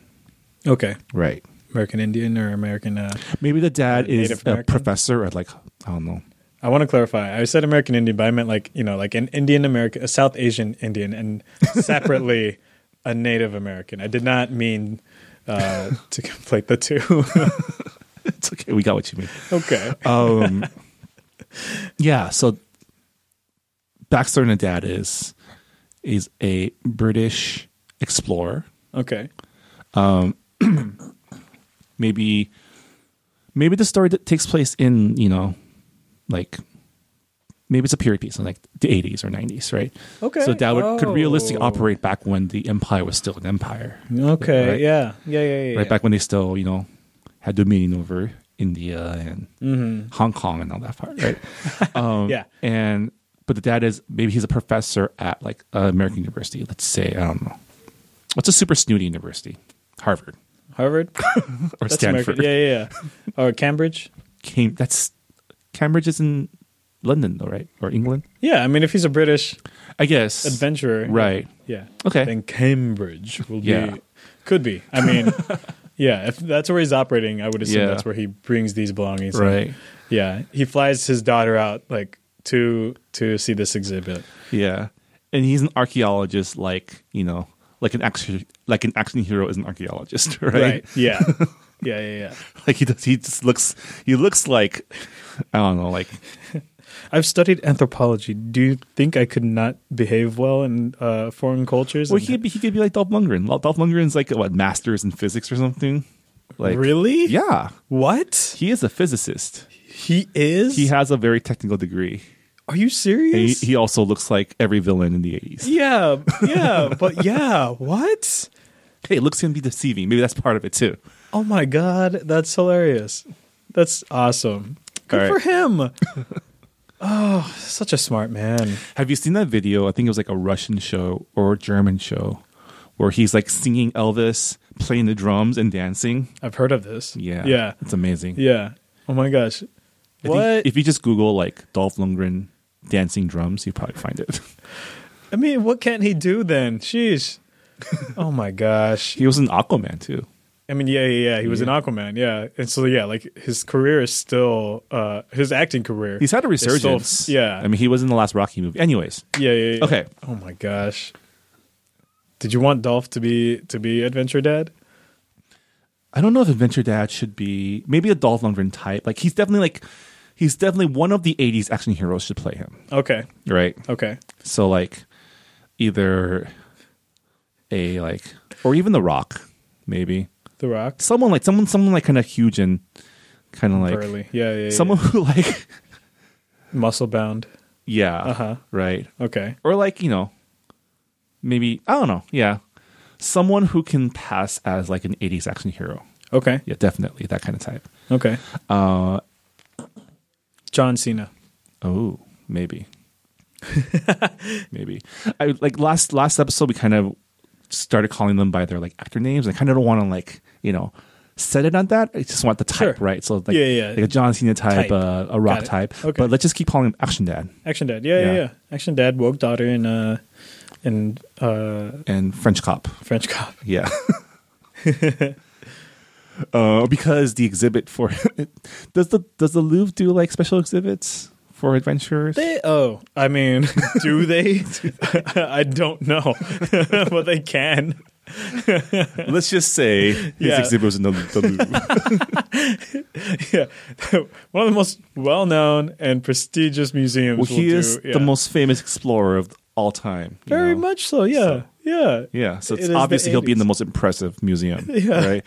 Speaker 4: Okay,
Speaker 2: right?
Speaker 4: American Indian or American? Uh,
Speaker 2: Maybe the dad is
Speaker 4: Native
Speaker 2: a
Speaker 4: American?
Speaker 2: professor at like I don't know
Speaker 4: I want to clarify. I said American Indian, but I meant like you know, like an Indian American, a South Asian Indian, and separately a Native American. I did not mean uh, to conflate the two.
Speaker 2: It's okay. We got what you mean.
Speaker 4: okay.
Speaker 2: Um, yeah. So Baxter and Dad is is a British explorer.
Speaker 4: Okay.
Speaker 2: Maybe maybe the story that takes place in you know like maybe it's a period piece in like the 80s or 90s, right?
Speaker 4: Okay.
Speaker 2: So Dad would, could realistically
Speaker 4: Oh.
Speaker 2: operate back when the empire was still an empire,
Speaker 4: Okay.
Speaker 2: Right.
Speaker 4: Yeah. Yeah. Yeah. Yeah.
Speaker 2: right? Back when they still you know had dominion over India and
Speaker 4: Mm-hmm.
Speaker 2: Hong Kong and all that part, right?
Speaker 4: when. Yeah.
Speaker 2: and but the dad is maybe he's a professor at like uh, American university. Let's say I don't know what's a super snooty university, Harvard
Speaker 4: Harvard.
Speaker 2: or
Speaker 4: That's
Speaker 2: Stanford.
Speaker 4: American. Yeah. Yeah. Yeah. or Cambridge.
Speaker 2: Cam- that's Cambridge is in London though, right? Or England?
Speaker 4: Yeah. I mean, if he's a British
Speaker 2: I guess.
Speaker 4: adventurer,
Speaker 2: Right.
Speaker 4: Yeah.
Speaker 2: Okay.
Speaker 4: Then Cambridge will
Speaker 2: Yeah.
Speaker 4: be could be. I mean, yeah, if that's where he's operating, I would assume
Speaker 2: Yeah.
Speaker 4: that's where he brings these belongings. in.
Speaker 2: Right.
Speaker 4: Yeah. He flies his daughter out like to to see this exhibit.
Speaker 2: Yeah, and he's an archaeologist, like you know, like an action, like an action hero is an archaeologist, right?
Speaker 4: Yeah. yeah, yeah, yeah.
Speaker 2: Like he does, he just looks, he looks like I don't know, like
Speaker 4: I've studied anthropology. Do you think I could not behave well in uh, foreign cultures?
Speaker 2: Well,
Speaker 4: And-
Speaker 2: he could be, he could be like Dolph Lundgren. Lo- Dolph Lundgren's like what masters in physics or something. Like
Speaker 4: really?
Speaker 2: Yeah,
Speaker 4: What?
Speaker 2: he is a physicist.
Speaker 4: He is?
Speaker 2: He has a very technical degree.
Speaker 4: Are you
Speaker 2: And he,
Speaker 4: serious?
Speaker 2: he also looks like every villain in the eighties.
Speaker 4: yeah, yeah, but yeah, what?
Speaker 2: Hey, looks can be deceiving. Maybe that's part of it too.
Speaker 4: Oh my god, that's hilarious. That's awesome. Good
Speaker 2: All
Speaker 4: for
Speaker 2: right.
Speaker 4: him. oh, such a smart man.
Speaker 2: Have you seen that video? I think it was like a Russian show or a German show where he's like singing Elvis, playing the drums, and dancing.
Speaker 4: I've heard of this.
Speaker 2: Yeah,
Speaker 4: Yeah.
Speaker 2: it's amazing.
Speaker 4: Yeah. Oh my gosh.
Speaker 2: I think
Speaker 4: What?
Speaker 2: if you just Google like Dolph Lundgren dancing drums, you probably find it.
Speaker 4: I mean, what can't he do then? Sheesh. oh my gosh.
Speaker 2: he was an Aquaman too.
Speaker 4: I mean, yeah, yeah, yeah. He was
Speaker 2: Yeah.
Speaker 4: an Aquaman, yeah. And so yeah, like his career is still uh his acting career.
Speaker 2: He's had a
Speaker 4: is still-
Speaker 2: resurgence.
Speaker 4: yeah.
Speaker 2: I mean, he was in the last Rocky movie. Anyways,
Speaker 4: yeah, yeah, yeah.
Speaker 2: Okay.
Speaker 4: Oh my gosh. Did you want Dolph to be to be Adventure Dad?
Speaker 2: I don't know if Adventure Dad should be maybe a Dolph Lundgren type. Like he's definitely like he's definitely one of the '80s action heroes should play him,
Speaker 4: Okay.
Speaker 2: right?
Speaker 4: Okay.
Speaker 2: So like either a like or even The Rock, maybe
Speaker 4: The Rock.
Speaker 2: someone like someone someone like kind of huge and kind of like
Speaker 4: Burly. Yeah, yeah, yeah.
Speaker 2: someone who like
Speaker 4: muscle bound.
Speaker 2: yeah,
Speaker 4: Uh-huh.
Speaker 2: right?
Speaker 4: Okay.
Speaker 2: or like you know maybe i don't know yeah someone who can pass as like an 80s action hero
Speaker 4: Okay.
Speaker 2: yeah definitely that kind of type
Speaker 4: Okay. Uh John Cena.
Speaker 2: oh maybe maybe i like last last episode we kind of started calling them by their like actor names i kind of don't want to like you know set it on that i just want the type
Speaker 4: Sure.
Speaker 2: right so like,
Speaker 4: Yeah, yeah, yeah.
Speaker 2: like a john cena type,
Speaker 4: Type.
Speaker 2: Uh, a rock
Speaker 4: Got it.
Speaker 2: type
Speaker 4: Okay.
Speaker 2: but let's just keep calling him action dad
Speaker 4: Action Dad. Yeah, yeah,
Speaker 2: Yeah.
Speaker 4: yeah. Action Dad, woke daughter and uh and uh
Speaker 2: and french cop
Speaker 4: French cop.
Speaker 2: Yeah. uh, because the exhibit for does the does the Louvre do like special exhibits for adventurers?
Speaker 4: They oh, I mean, do they? I don't know. but they can.
Speaker 2: Let's just say his
Speaker 4: Yeah.
Speaker 2: exhibit was in the, the Louvre.
Speaker 4: Yeah. One of the most well-known and prestigious museums
Speaker 2: well, he
Speaker 4: will
Speaker 2: is
Speaker 4: do, yeah.
Speaker 2: the most famous explorer of all time. you
Speaker 4: Very
Speaker 2: know?
Speaker 4: much so. Yeah.
Speaker 2: So-
Speaker 4: Yeah.
Speaker 2: Yeah, so
Speaker 4: It
Speaker 2: it's
Speaker 4: is the
Speaker 2: obviously he'll be in the
Speaker 4: 80s.
Speaker 2: most impressive museum,
Speaker 4: Yeah.
Speaker 2: right?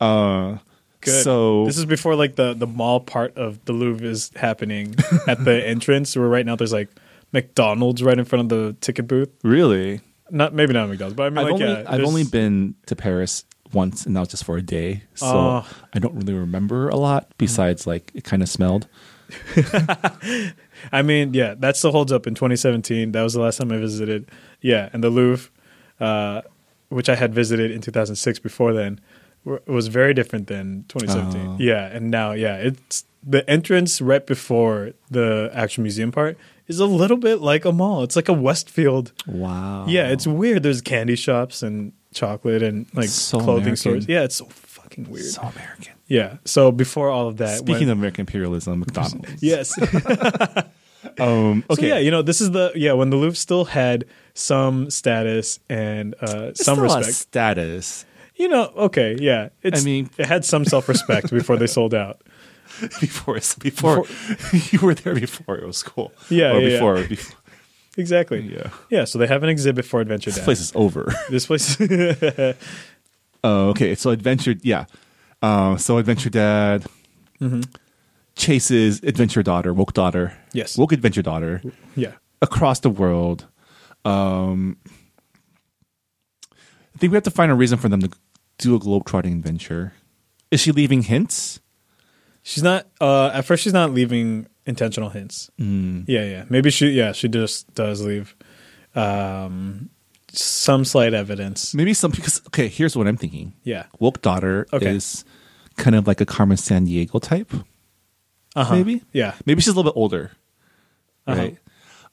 Speaker 2: Uh,
Speaker 4: Good.
Speaker 2: So
Speaker 4: this is before like the the mall part of the Louvre is happening at the entrance. Where right now there's like McDonald's right in front of the ticket booth.
Speaker 2: really,
Speaker 4: Not maybe not McDonald's, but I mean
Speaker 2: I've,
Speaker 4: like
Speaker 2: only,
Speaker 4: yeah.
Speaker 2: I've
Speaker 4: there's-
Speaker 2: only been to Paris once, and that was just for a day. So
Speaker 4: Oh.
Speaker 2: I don't really remember a lot besides, like, it kind of smelled.
Speaker 4: I mean yeah, that still holds up in 2017. That was the last time I visited. Yeah, and the Louvre, uh, which I had visited in 2006. Before then, w- was very different than 2017.
Speaker 2: Oh.
Speaker 4: Yeah, and now yeah, it's the entrance right before the actual museum part is a little bit like a mall. It's like a Westfield.
Speaker 2: Wow.
Speaker 4: Yeah, it's weird. There's candy shops and chocolate and like
Speaker 2: So
Speaker 4: clothing
Speaker 2: American.
Speaker 4: stores. Yeah, it's so fucking weird.
Speaker 2: so American.
Speaker 4: Yeah. So before all of that,
Speaker 2: Speaking
Speaker 4: when-
Speaker 2: of American imperialism, McDonald's.
Speaker 4: yes.
Speaker 2: Um,
Speaker 4: So
Speaker 2: okay.
Speaker 4: yeah, you know, this is the yeah when the Louvre still had some status and uh,
Speaker 2: It's
Speaker 4: some
Speaker 2: still a
Speaker 4: respect.
Speaker 2: status
Speaker 4: you know, okay, yeah. It's,
Speaker 2: I mean-
Speaker 4: it had some self-respect before they sold out.
Speaker 2: before it's- before, you were there before it was cool.
Speaker 4: Yeah,
Speaker 2: Or
Speaker 4: yeah, yeah.
Speaker 2: before, before
Speaker 4: Exactly.
Speaker 2: Yeah.
Speaker 4: Yeah. So they have an exhibit for Adventure
Speaker 2: this
Speaker 4: Dad.
Speaker 2: place is over.
Speaker 4: This place.
Speaker 2: Oh, okay. So adventure, yeah. Um, so adventure dad
Speaker 4: Mm-hmm.
Speaker 2: chases adventure daughter, woke daughter,
Speaker 4: Yes.
Speaker 2: woke adventure daughter
Speaker 4: yeah.
Speaker 2: across the world. Um, I think we have to find a reason for them to do a globetrotting adventure. Is she leaving hints?
Speaker 4: She's not. Uh, at first, she's not leaving intentional hints. Mm. Yeah, yeah. Maybe she. Yeah, she just does leave um, some slight evidence.
Speaker 2: Maybe some because okay. Here's what I'm thinking.
Speaker 4: Yeah.
Speaker 2: woke daughter
Speaker 4: Okay.
Speaker 2: is kind of like a Carmen San Diego type.
Speaker 4: Uh-huh.
Speaker 2: Maybe.
Speaker 4: Yeah.
Speaker 2: Maybe she's a little bit older,
Speaker 4: Uh-huh.
Speaker 2: right?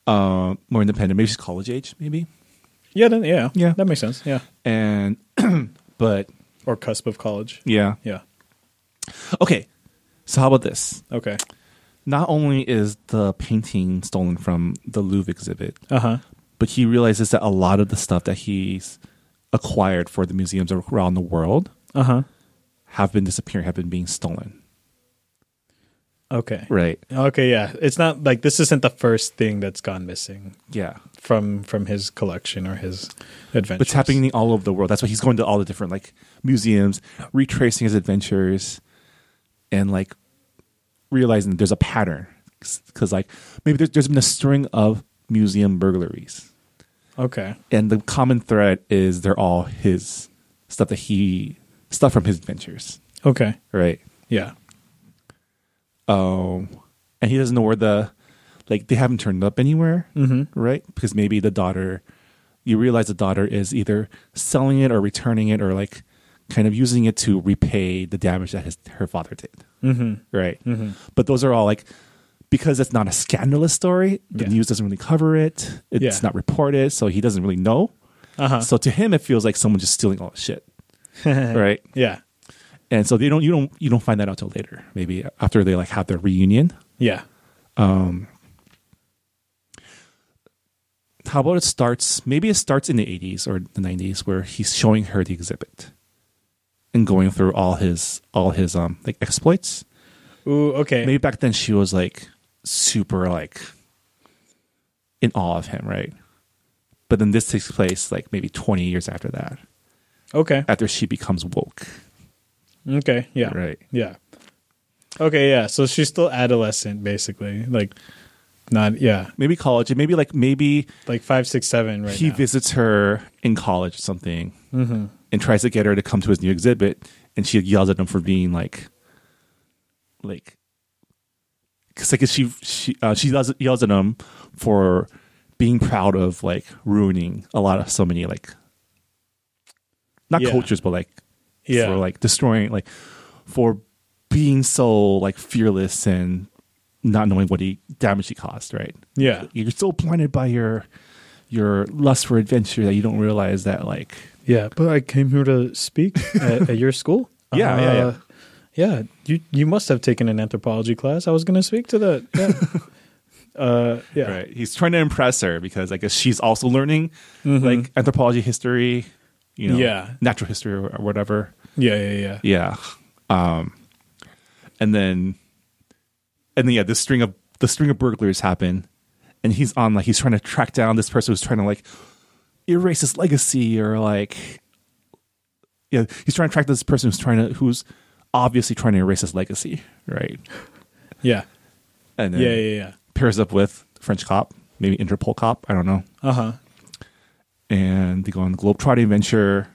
Speaker 2: Um, more independent. Maybe she's college age. Maybe.
Speaker 4: Yeah. Then, yeah.
Speaker 2: Yeah.
Speaker 4: That makes sense. Yeah.
Speaker 2: and but
Speaker 4: Or cusp of college.
Speaker 2: yeah
Speaker 4: Yeah.
Speaker 2: okay so how about this
Speaker 4: Okay.
Speaker 2: not only is the painting stolen from the louvre exhibit
Speaker 4: Uh huh.
Speaker 2: but he realizes that a lot of the stuff that he's acquired for the museums around the world
Speaker 4: Uh huh.
Speaker 2: have been disappearing have been being stolen
Speaker 4: Okay.
Speaker 2: right
Speaker 4: Okay. Yeah. It's not like this isn't the first thing that's gone missing
Speaker 2: yeah
Speaker 4: from from his collection or his adventures.
Speaker 2: it's happening all over the world that's why he's going to all the different like museums retracing his adventures and like realizing there's a pattern because like maybe there's, there's been a string of museum burglaries
Speaker 4: Okay.
Speaker 2: and the common thread is they're all his stuff that he stuff from his adventures,
Speaker 4: Okay.
Speaker 2: right?
Speaker 4: Yeah.
Speaker 2: Um, and he doesn't know where the like they haven't turned up anywhere,
Speaker 4: Mhm.
Speaker 2: right? Because maybe the daughter, you realize the daughter is either selling it or returning it or like kind of using it to repay the damage that his her father did,
Speaker 4: Mm-hmm.
Speaker 2: right? But those are all like because it's not a scandalous story, the
Speaker 4: Yeah.
Speaker 2: news doesn't really cover it. It's
Speaker 4: Yeah.
Speaker 2: not reported, so he doesn't really know.
Speaker 4: Uh huh.
Speaker 2: So to him, it feels like someone just stealing all the shit, right?
Speaker 4: yeah.
Speaker 2: And so they don't, you don't, you don't find that out till later, maybe after they like have their reunion.
Speaker 4: Yeah.
Speaker 2: How about it starts? Maybe it starts in the '80s or the '90s, where he's showing her the exhibit and going through all his all his um like exploits.
Speaker 4: Ooh. Okay.
Speaker 2: Maybe back then she was like super like in awe of him, right? But then this takes place like maybe 20 years after that,
Speaker 4: Okay.
Speaker 2: after she becomes woke,
Speaker 4: Okay. Yeah.
Speaker 2: right?
Speaker 4: Yeah. Okay. Yeah. So she's still adolescent, basically. Like, not. Yeah.
Speaker 2: Maybe college, and maybe like maybe
Speaker 4: Like five, six, seven. Right.
Speaker 2: he
Speaker 4: now. Mm-hmm.
Speaker 2: visits her in college or something and tries to get her to come to his new exhibit and she yells at him for being like like because like she she uh, she yells, yells at him for being proud of like ruining a lot of so many like not
Speaker 4: Yeah.
Speaker 2: cultures but like
Speaker 4: Yeah.
Speaker 2: for like destroying like for being so like fearless and not knowing what he damage he caused right
Speaker 4: Yeah.
Speaker 2: you're so blinded by your your lust for adventure that you don't realize that like
Speaker 4: Yeah. But I came here to speak at, at your school. Uh,
Speaker 2: Yeah, yeah, yeah.
Speaker 4: Yeah. You you must have taken an anthropology class. I was going to speak to that. Yeah. uh. Yeah.
Speaker 2: right he's trying to impress her because i guess she's also learning like anthropology history you know
Speaker 4: Yeah.
Speaker 2: natural history or, or whatever
Speaker 4: Yeah. Yeah. Yeah.
Speaker 2: yeah um and then and then yeah this string of the string of burglaries happen and he's on like he's trying to track down this person who's trying to like erase his legacy or like yeah he's trying to track this person who's trying to who's obviously trying to erase his legacy right
Speaker 4: Yeah.
Speaker 2: and then
Speaker 4: Yeah. Yeah. Yeah.
Speaker 2: pairs up with french cop maybe interpol cop i don't know
Speaker 4: Uh huh.
Speaker 2: and they go on the globetrotting adventure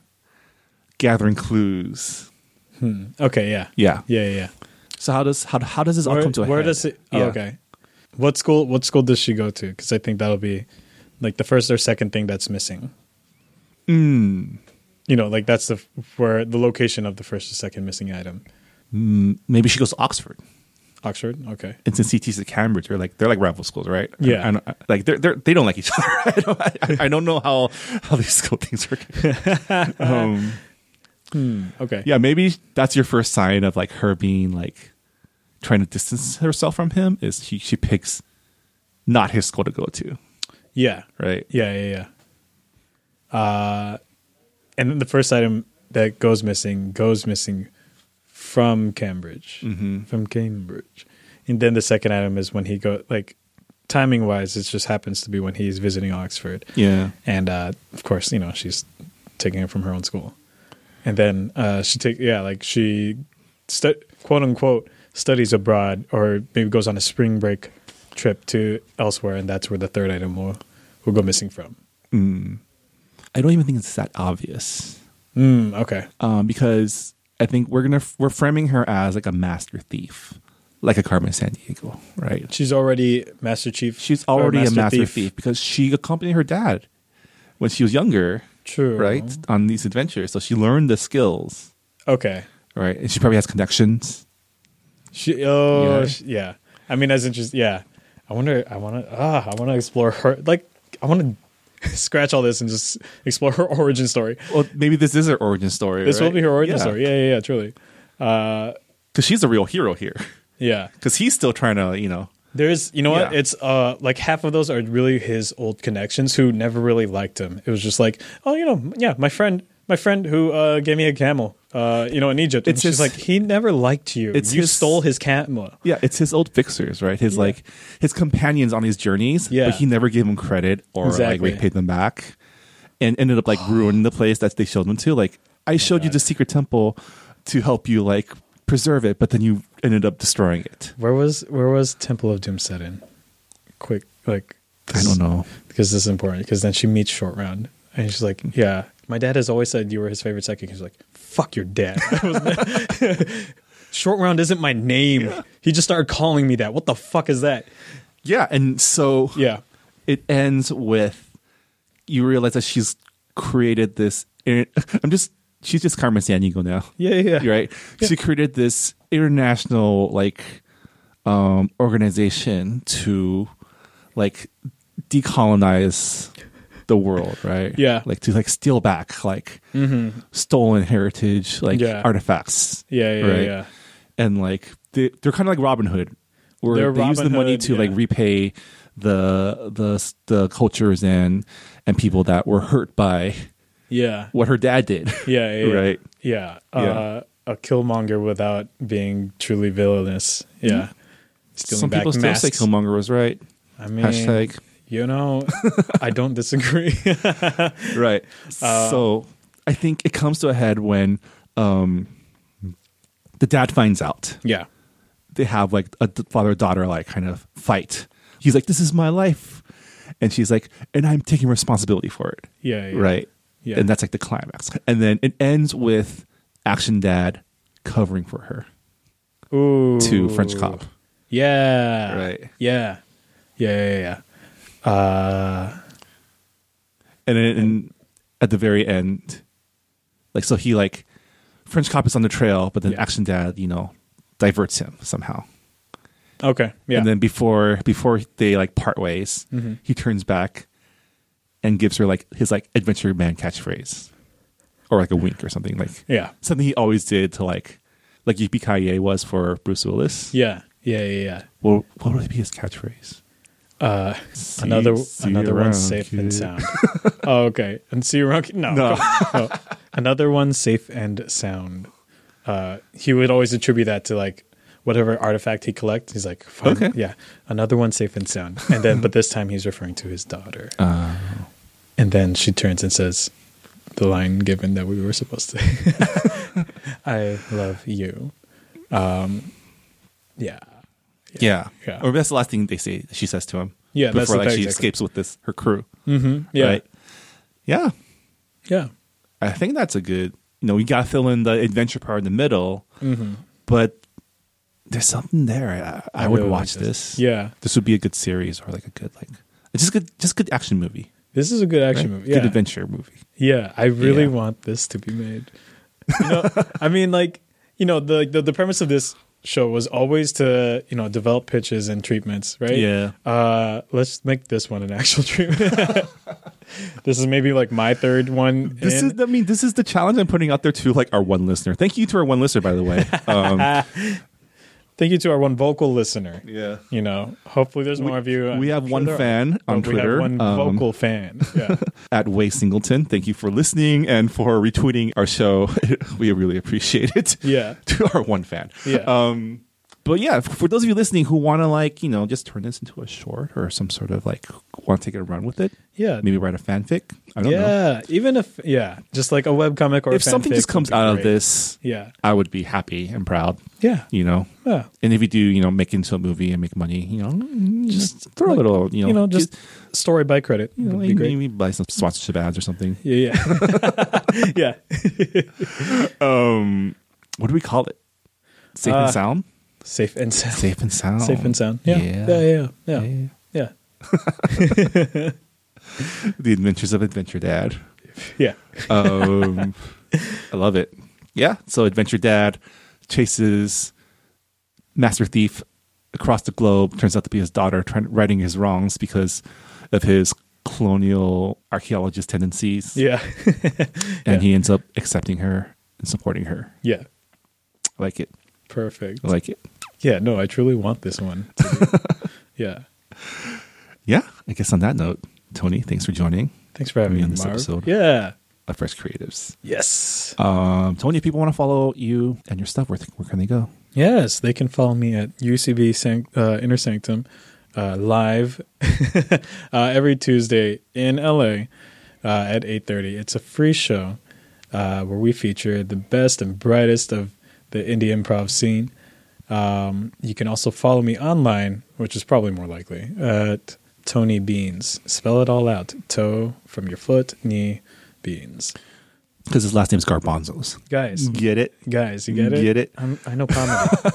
Speaker 2: gathering clues
Speaker 4: Okay. Yeah.
Speaker 2: yeah
Speaker 4: Yeah. Yeah. yeah.
Speaker 2: so how does how, how does this all
Speaker 4: where,
Speaker 2: come to a
Speaker 4: where
Speaker 2: head?
Speaker 4: does it oh,
Speaker 2: Yeah.
Speaker 4: okay what school what school does she go to because i think that'll be like the first or second thing that's missing
Speaker 2: Hmm.
Speaker 4: you know like that's the f- where the location of the first or second missing item
Speaker 2: maybe she goes to Oxford.
Speaker 4: oxford okay
Speaker 2: And since CT's at Cambridge, they're like they're like rival schools, right?
Speaker 4: Yeah.
Speaker 2: I, I, like they're, they're they don't like each other. I don't, I, I don't know how how these school things work. um,
Speaker 4: Okay.
Speaker 2: yeah, maybe that's your first sign of like her being like trying to distance herself from him is she, she picks not his school to go to,
Speaker 4: Yeah.
Speaker 2: right?
Speaker 4: Yeah, yeah, yeah. Uh, and then the first item that goes missing goes missing from Cambridge, mm-hmm. from Cambridge, and then the second item is when he go like timing wise, it just happens to be when he's visiting Oxford,
Speaker 2: Yeah.
Speaker 4: and uh, of course, you know she's taking it from her own school, and then uh, she take yeah like she stu- quote unquote studies abroad or maybe goes on a spring break trip to elsewhere, and that's where the third item will will go missing from.
Speaker 2: I don't even think it's that obvious
Speaker 4: Mm, okay.
Speaker 2: um, because I think we're gonna we're framing her as like a master thief, like a Carmen San Diego, right?
Speaker 4: She's already Master Chief.
Speaker 2: She's
Speaker 4: or
Speaker 2: already a master thief. because she accompanied her dad when she was younger,
Speaker 4: True.
Speaker 2: right, on these adventures. So she learned the skills,
Speaker 4: Okay.
Speaker 2: right, and she probably has connections.
Speaker 4: She.
Speaker 2: Yeah.
Speaker 4: Oh, yeah. yeah. I mean, that's interesting. Yeah. I wonder. I want to. Ah, I want to explore her. Like, I want to scratch all this and just explore her origin story.
Speaker 2: Well, maybe this is her origin story.
Speaker 4: This will
Speaker 2: right?
Speaker 4: be her origin
Speaker 2: Yeah.
Speaker 4: story. Yeah, yeah, yeah. Truly.
Speaker 2: because she's a real hero here
Speaker 4: Yeah.
Speaker 2: because he's still trying to you know
Speaker 4: There's, you know what?
Speaker 2: Yeah.
Speaker 4: It's uh like half of those are really his old connections who never really liked him. It was just like, oh, you know, yeah, my friend, my friend who uh, gave me a camel, uh, you know, in Egypt. And
Speaker 2: It's
Speaker 4: she's
Speaker 2: his-
Speaker 4: like, he never liked you.
Speaker 2: It's
Speaker 4: you
Speaker 2: his-
Speaker 4: stole his camel.
Speaker 2: yeah it's his old fixers right his like his companions on his journeys
Speaker 4: Yeah.
Speaker 2: but he never gave them credit or
Speaker 4: Exactly.
Speaker 2: like repaid them back and ended up like ruining the place that they showed them to like i showed you
Speaker 4: Oh God.
Speaker 2: the secret temple to help you like preserve it but then you ended up destroying it
Speaker 4: Where was where was Temple of Doom set in? Quick, like
Speaker 2: i don't know
Speaker 4: because this is important. Because then she meets Short Round, and she's like,
Speaker 2: Mm-hmm.
Speaker 4: yeah. My dad has always said you were his favorite psychic. He's like, fuck your dad. I was- Short Round isn't my name. He just started calling me that. What the fuck is that?
Speaker 2: yeah and so
Speaker 4: Yeah.
Speaker 2: it ends with you realize that she's created this i'm just she's just carmen sandiego now
Speaker 4: Yeah, yeah,
Speaker 2: You're right? She created this international like um, organization to like decolonize the world, right?
Speaker 4: Yeah. Mm-hmm.
Speaker 2: like to like steal back like stolen heritage, like
Speaker 4: Yeah.
Speaker 2: artifacts.
Speaker 4: Yeah, yeah,
Speaker 2: right?
Speaker 4: yeah.
Speaker 2: And like they, they're kind of like Robin Hood, where
Speaker 4: They're
Speaker 2: they use the
Speaker 4: Robin
Speaker 2: money
Speaker 4: Hood,
Speaker 2: to
Speaker 4: yeah.
Speaker 2: like repay the the the cultures and and people that were hurt by
Speaker 4: Yeah.
Speaker 2: what her dad did.
Speaker 4: Yeah, yeah, yeah.
Speaker 2: Right.
Speaker 4: Yeah. Uh, a Killmonger without being truly villainous. Yeah. Stealing
Speaker 2: Mm-hmm. Some
Speaker 4: back
Speaker 2: people still
Speaker 4: masks.
Speaker 2: say Killmonger was right.
Speaker 4: I mean,
Speaker 2: Hashtag.
Speaker 4: you know, I don't disagree.
Speaker 2: right.
Speaker 4: Uh,
Speaker 2: so I think it comes to a head when um, the dad finds out.
Speaker 4: yeah.
Speaker 2: They have like a father daughter like kind of fight. He's like, "This is my life," and she's like, "And I'm taking responsibility for it."
Speaker 4: Yeah, yeah.
Speaker 2: Right.
Speaker 4: Yeah.
Speaker 2: And that's like the climax. And then it ends with action dad covering for her
Speaker 4: Ooh.
Speaker 2: to French cop.
Speaker 4: Yeah.
Speaker 2: Right.
Speaker 4: Yeah. Yeah, yeah, yeah. Uh,
Speaker 2: and then and at the very end, like so he like French cop is on the trail, but then
Speaker 4: Yeah.
Speaker 2: Action Dad, you know, diverts him somehow.
Speaker 4: okay. Yeah. Mm-hmm.
Speaker 2: And then before before they like part ways, he turns back and gives her like his like adventure man catchphrase, or like a wink or something like
Speaker 4: yeah.
Speaker 2: something he always did to like like Yippee was for Bruce Willis.
Speaker 4: Yeah. Yeah, yeah, yeah.
Speaker 2: Well, what would be his catchphrase?
Speaker 4: Uh,
Speaker 2: See-
Speaker 4: another
Speaker 2: see you
Speaker 4: another
Speaker 2: around,
Speaker 4: one safe and
Speaker 2: kid.
Speaker 4: sound. oh, okay, and see you around. kid. No,
Speaker 2: No.
Speaker 4: no. another one safe and sound. Uh, he would always attribute that to like whatever artifact he collects. He's like, Fine,
Speaker 2: Okay.
Speaker 4: yeah, another one safe and sound. And then, but this time he's referring to his daughter. And then she turns and says, "The line given that we were supposed to." I love you. Um, yeah,
Speaker 2: Yeah.
Speaker 4: Yeah.
Speaker 2: Or that's the last thing they say she says to him.
Speaker 4: Yeah,
Speaker 2: Before
Speaker 4: that's the-
Speaker 2: like she
Speaker 4: exactly.
Speaker 2: escapes with this her crew.
Speaker 4: Mm-hmm. yeah,
Speaker 2: Right? Yeah.
Speaker 4: yeah.
Speaker 2: I think that's a good you know, we gotta fill in the adventure part in the middle.
Speaker 4: Mm-hmm.
Speaker 2: But there's something there. I, I, would
Speaker 4: really like
Speaker 2: watch
Speaker 4: this.
Speaker 2: this.
Speaker 4: Yeah.
Speaker 2: This would be a good series or like a good like it's just good just good action movie.
Speaker 4: This is a good
Speaker 2: right?
Speaker 4: action movie. Yeah.
Speaker 2: Good adventure movie.
Speaker 4: Yeah, I really
Speaker 2: Yeah.
Speaker 4: want this to be made. You know, I mean, like you know, the, the the premise of this show was always to you know develop pitches and treatments, right?
Speaker 2: Yeah.
Speaker 4: Uh, let's make this one an actual treatment. this is maybe like my third one.
Speaker 2: This
Speaker 4: in.
Speaker 2: is, I mean, this is the challenge I'm putting out there to like our one listener. Thank you to our one listener, by the way. Um,
Speaker 4: Thank you to our one vocal listener.
Speaker 2: Yeah.
Speaker 4: You know, hopefully there's more of you.
Speaker 2: we have
Speaker 4: I'm
Speaker 2: one
Speaker 4: there are.
Speaker 2: fan on
Speaker 4: But
Speaker 2: Twitter,
Speaker 4: We have one
Speaker 2: um,
Speaker 4: vocal fan. Yeah.
Speaker 2: at Way Singleton, thank you for listening and for retweeting our show. we really appreciate it.
Speaker 4: Yeah.
Speaker 2: to our one fan.
Speaker 4: Yeah.
Speaker 2: Um, but yeah, f- for those of you listening who want to like, you know, just turn this into a short or some sort of like, want to take a run with it.
Speaker 4: Yeah.
Speaker 2: Maybe write a fanfic. I don't
Speaker 4: yeah.
Speaker 2: know.
Speaker 4: Even if, yeah, just like a webcomic or a
Speaker 2: If something
Speaker 4: fanfic
Speaker 2: just
Speaker 4: would
Speaker 2: comes
Speaker 4: be
Speaker 2: out of
Speaker 4: great.
Speaker 2: this,
Speaker 4: Yeah.
Speaker 2: I would be happy and proud.
Speaker 4: Yeah.
Speaker 2: You know,
Speaker 4: Yeah.
Speaker 2: and if you do, you know, make it into a movie and make money, you know, mm, just throw a little, you know,
Speaker 4: You know, just story by credit
Speaker 2: you know,
Speaker 4: would be great.
Speaker 2: maybe buy some sponsorship ads or something.
Speaker 4: Yeah. Yeah. yeah.
Speaker 2: Um, what do we call it? Safe
Speaker 4: Uh,
Speaker 2: and sound.
Speaker 4: Safe and sound.
Speaker 2: Safe and sound.
Speaker 4: Safe and sound. Yeah. Yeah. Yeah. Yeah. Yeah.
Speaker 2: Yeah.
Speaker 4: Yeah.
Speaker 2: The Adventures of Adventure Dad.
Speaker 4: Yeah.
Speaker 2: Um, I love it. Yeah. So Adventure Dad chases Master Thief across the globe. Turns out to be his daughter, trying, righting his wrongs because of his colonial archaeologist tendencies.
Speaker 4: Yeah.
Speaker 2: And he ends up accepting her and supporting her.
Speaker 4: Yeah.
Speaker 2: I like it.
Speaker 4: Perfect.
Speaker 2: I like it.
Speaker 4: Yeah, no, I truly want this one. to be- yeah.
Speaker 2: Yeah. I guess on that note, Tony, thanks for joining
Speaker 4: Thanks for
Speaker 2: Me
Speaker 4: having me
Speaker 2: on
Speaker 4: on
Speaker 2: this episode.
Speaker 4: Yeah.
Speaker 2: of Fresh Creatives.
Speaker 4: Yes.
Speaker 2: Um, Tony, if people want to follow you and your stuff, where, th- where can they go?
Speaker 4: Yes, they can follow me at UCB San- uh, Inner Sanctum uh, live uh, every Tuesday in LA uh, at 8.30. It's a free show uh, where we feature the best and brightest of the indie improv scene. Um, you can also follow me online, which is probably more likely, at Tony Beans. Spell it all out. Toe from your foot, knee, beans.
Speaker 2: Because his last name's Garbanzos.
Speaker 4: Guys,
Speaker 2: Get it?
Speaker 4: guys, you get it?
Speaker 2: Get it?
Speaker 4: I'm, I know comedy.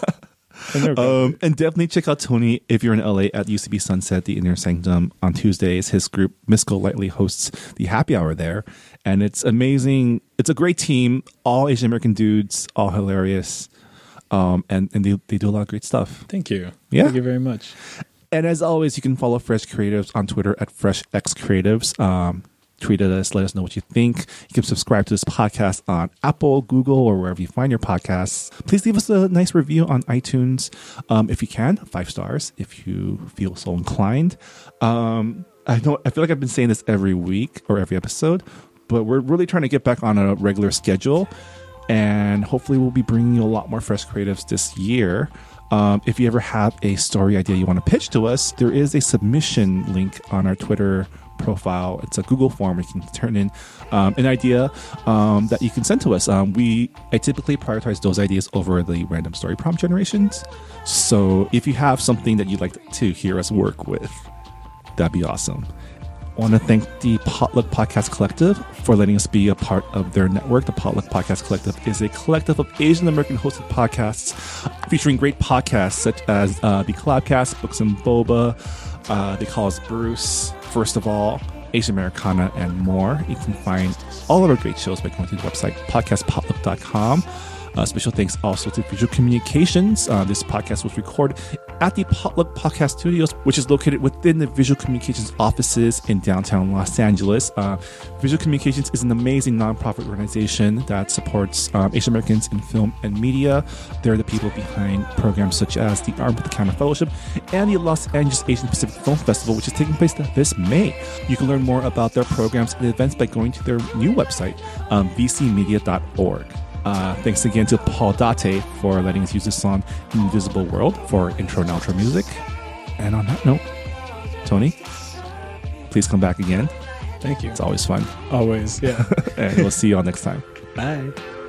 Speaker 4: I know
Speaker 2: Um, and definitely check out Tony if you're in LA at UCB Sunset, the Inner Sanctum on Tuesdays. His group Misco Lightly hosts the happy hour there, and it's amazing. It's a great team, all Asian American dudes, all hilarious, um, and and they, they do a lot of great stuff.
Speaker 4: Thank you.
Speaker 2: Yeah.
Speaker 4: Thank you very much.
Speaker 2: And as always, you can follow Fresh Creatives on Twitter at Fresh X Creatives. Um, tweet at us, let us know what you think. You can subscribe to this podcast on Apple, Google, or wherever you find your podcasts. Please leave us a nice review on iTunes um, if you can, five stars if you feel so inclined. Um, I know I feel like I've been saying this every week or every episode, but we're really trying to get back on a regular schedule and hopefully we'll be bringing you a lot more fresh creatives this year. Um, if you ever have a story idea you want to pitch to us, there is a submission link on our Twitter profile. It's a Google form. where You can turn in um, an idea um, that you can send to us. Um, we I typically prioritize those ideas over the random story prompt generations. So if you have something that you'd like to hear us work with, that'd be awesome want to thank the Potluck Podcast Collective for letting us be a part of their network. The Potluck Podcast Collective is a collective of Asian American hosted podcasts featuring great podcasts such as uh, the Collabcast, Books and Boba, uh, They Call Us Bruce, First of All, Asian Americana, and more. You can find all of our great shows by going to the website podcastpotluck.com. Uh, special thanks also to Visual Communications. Uh, this podcast was recorded at the Potluck Podcast Studios, which is located within the Visual Communications offices in downtown Los Angeles. Uh, Visual Communications is an amazing nonprofit organization that supports um, Asian Americans in film and media. They're the people behind programs such as the Armed with the Counter Fellowship and the Los Angeles Asian Pacific Film Festival, which is taking place this May. You can learn more about their programs and events by going to their new website, um, vcmedia.org. Uh, thanks again to Paul Date for letting us use this song, Invisible World, for intro and outro music. And on that note, Tony, please come back again.
Speaker 4: Thank you.
Speaker 2: It's always fun.
Speaker 4: Always. Yeah.
Speaker 2: And we'll see you all next time.
Speaker 4: Bye.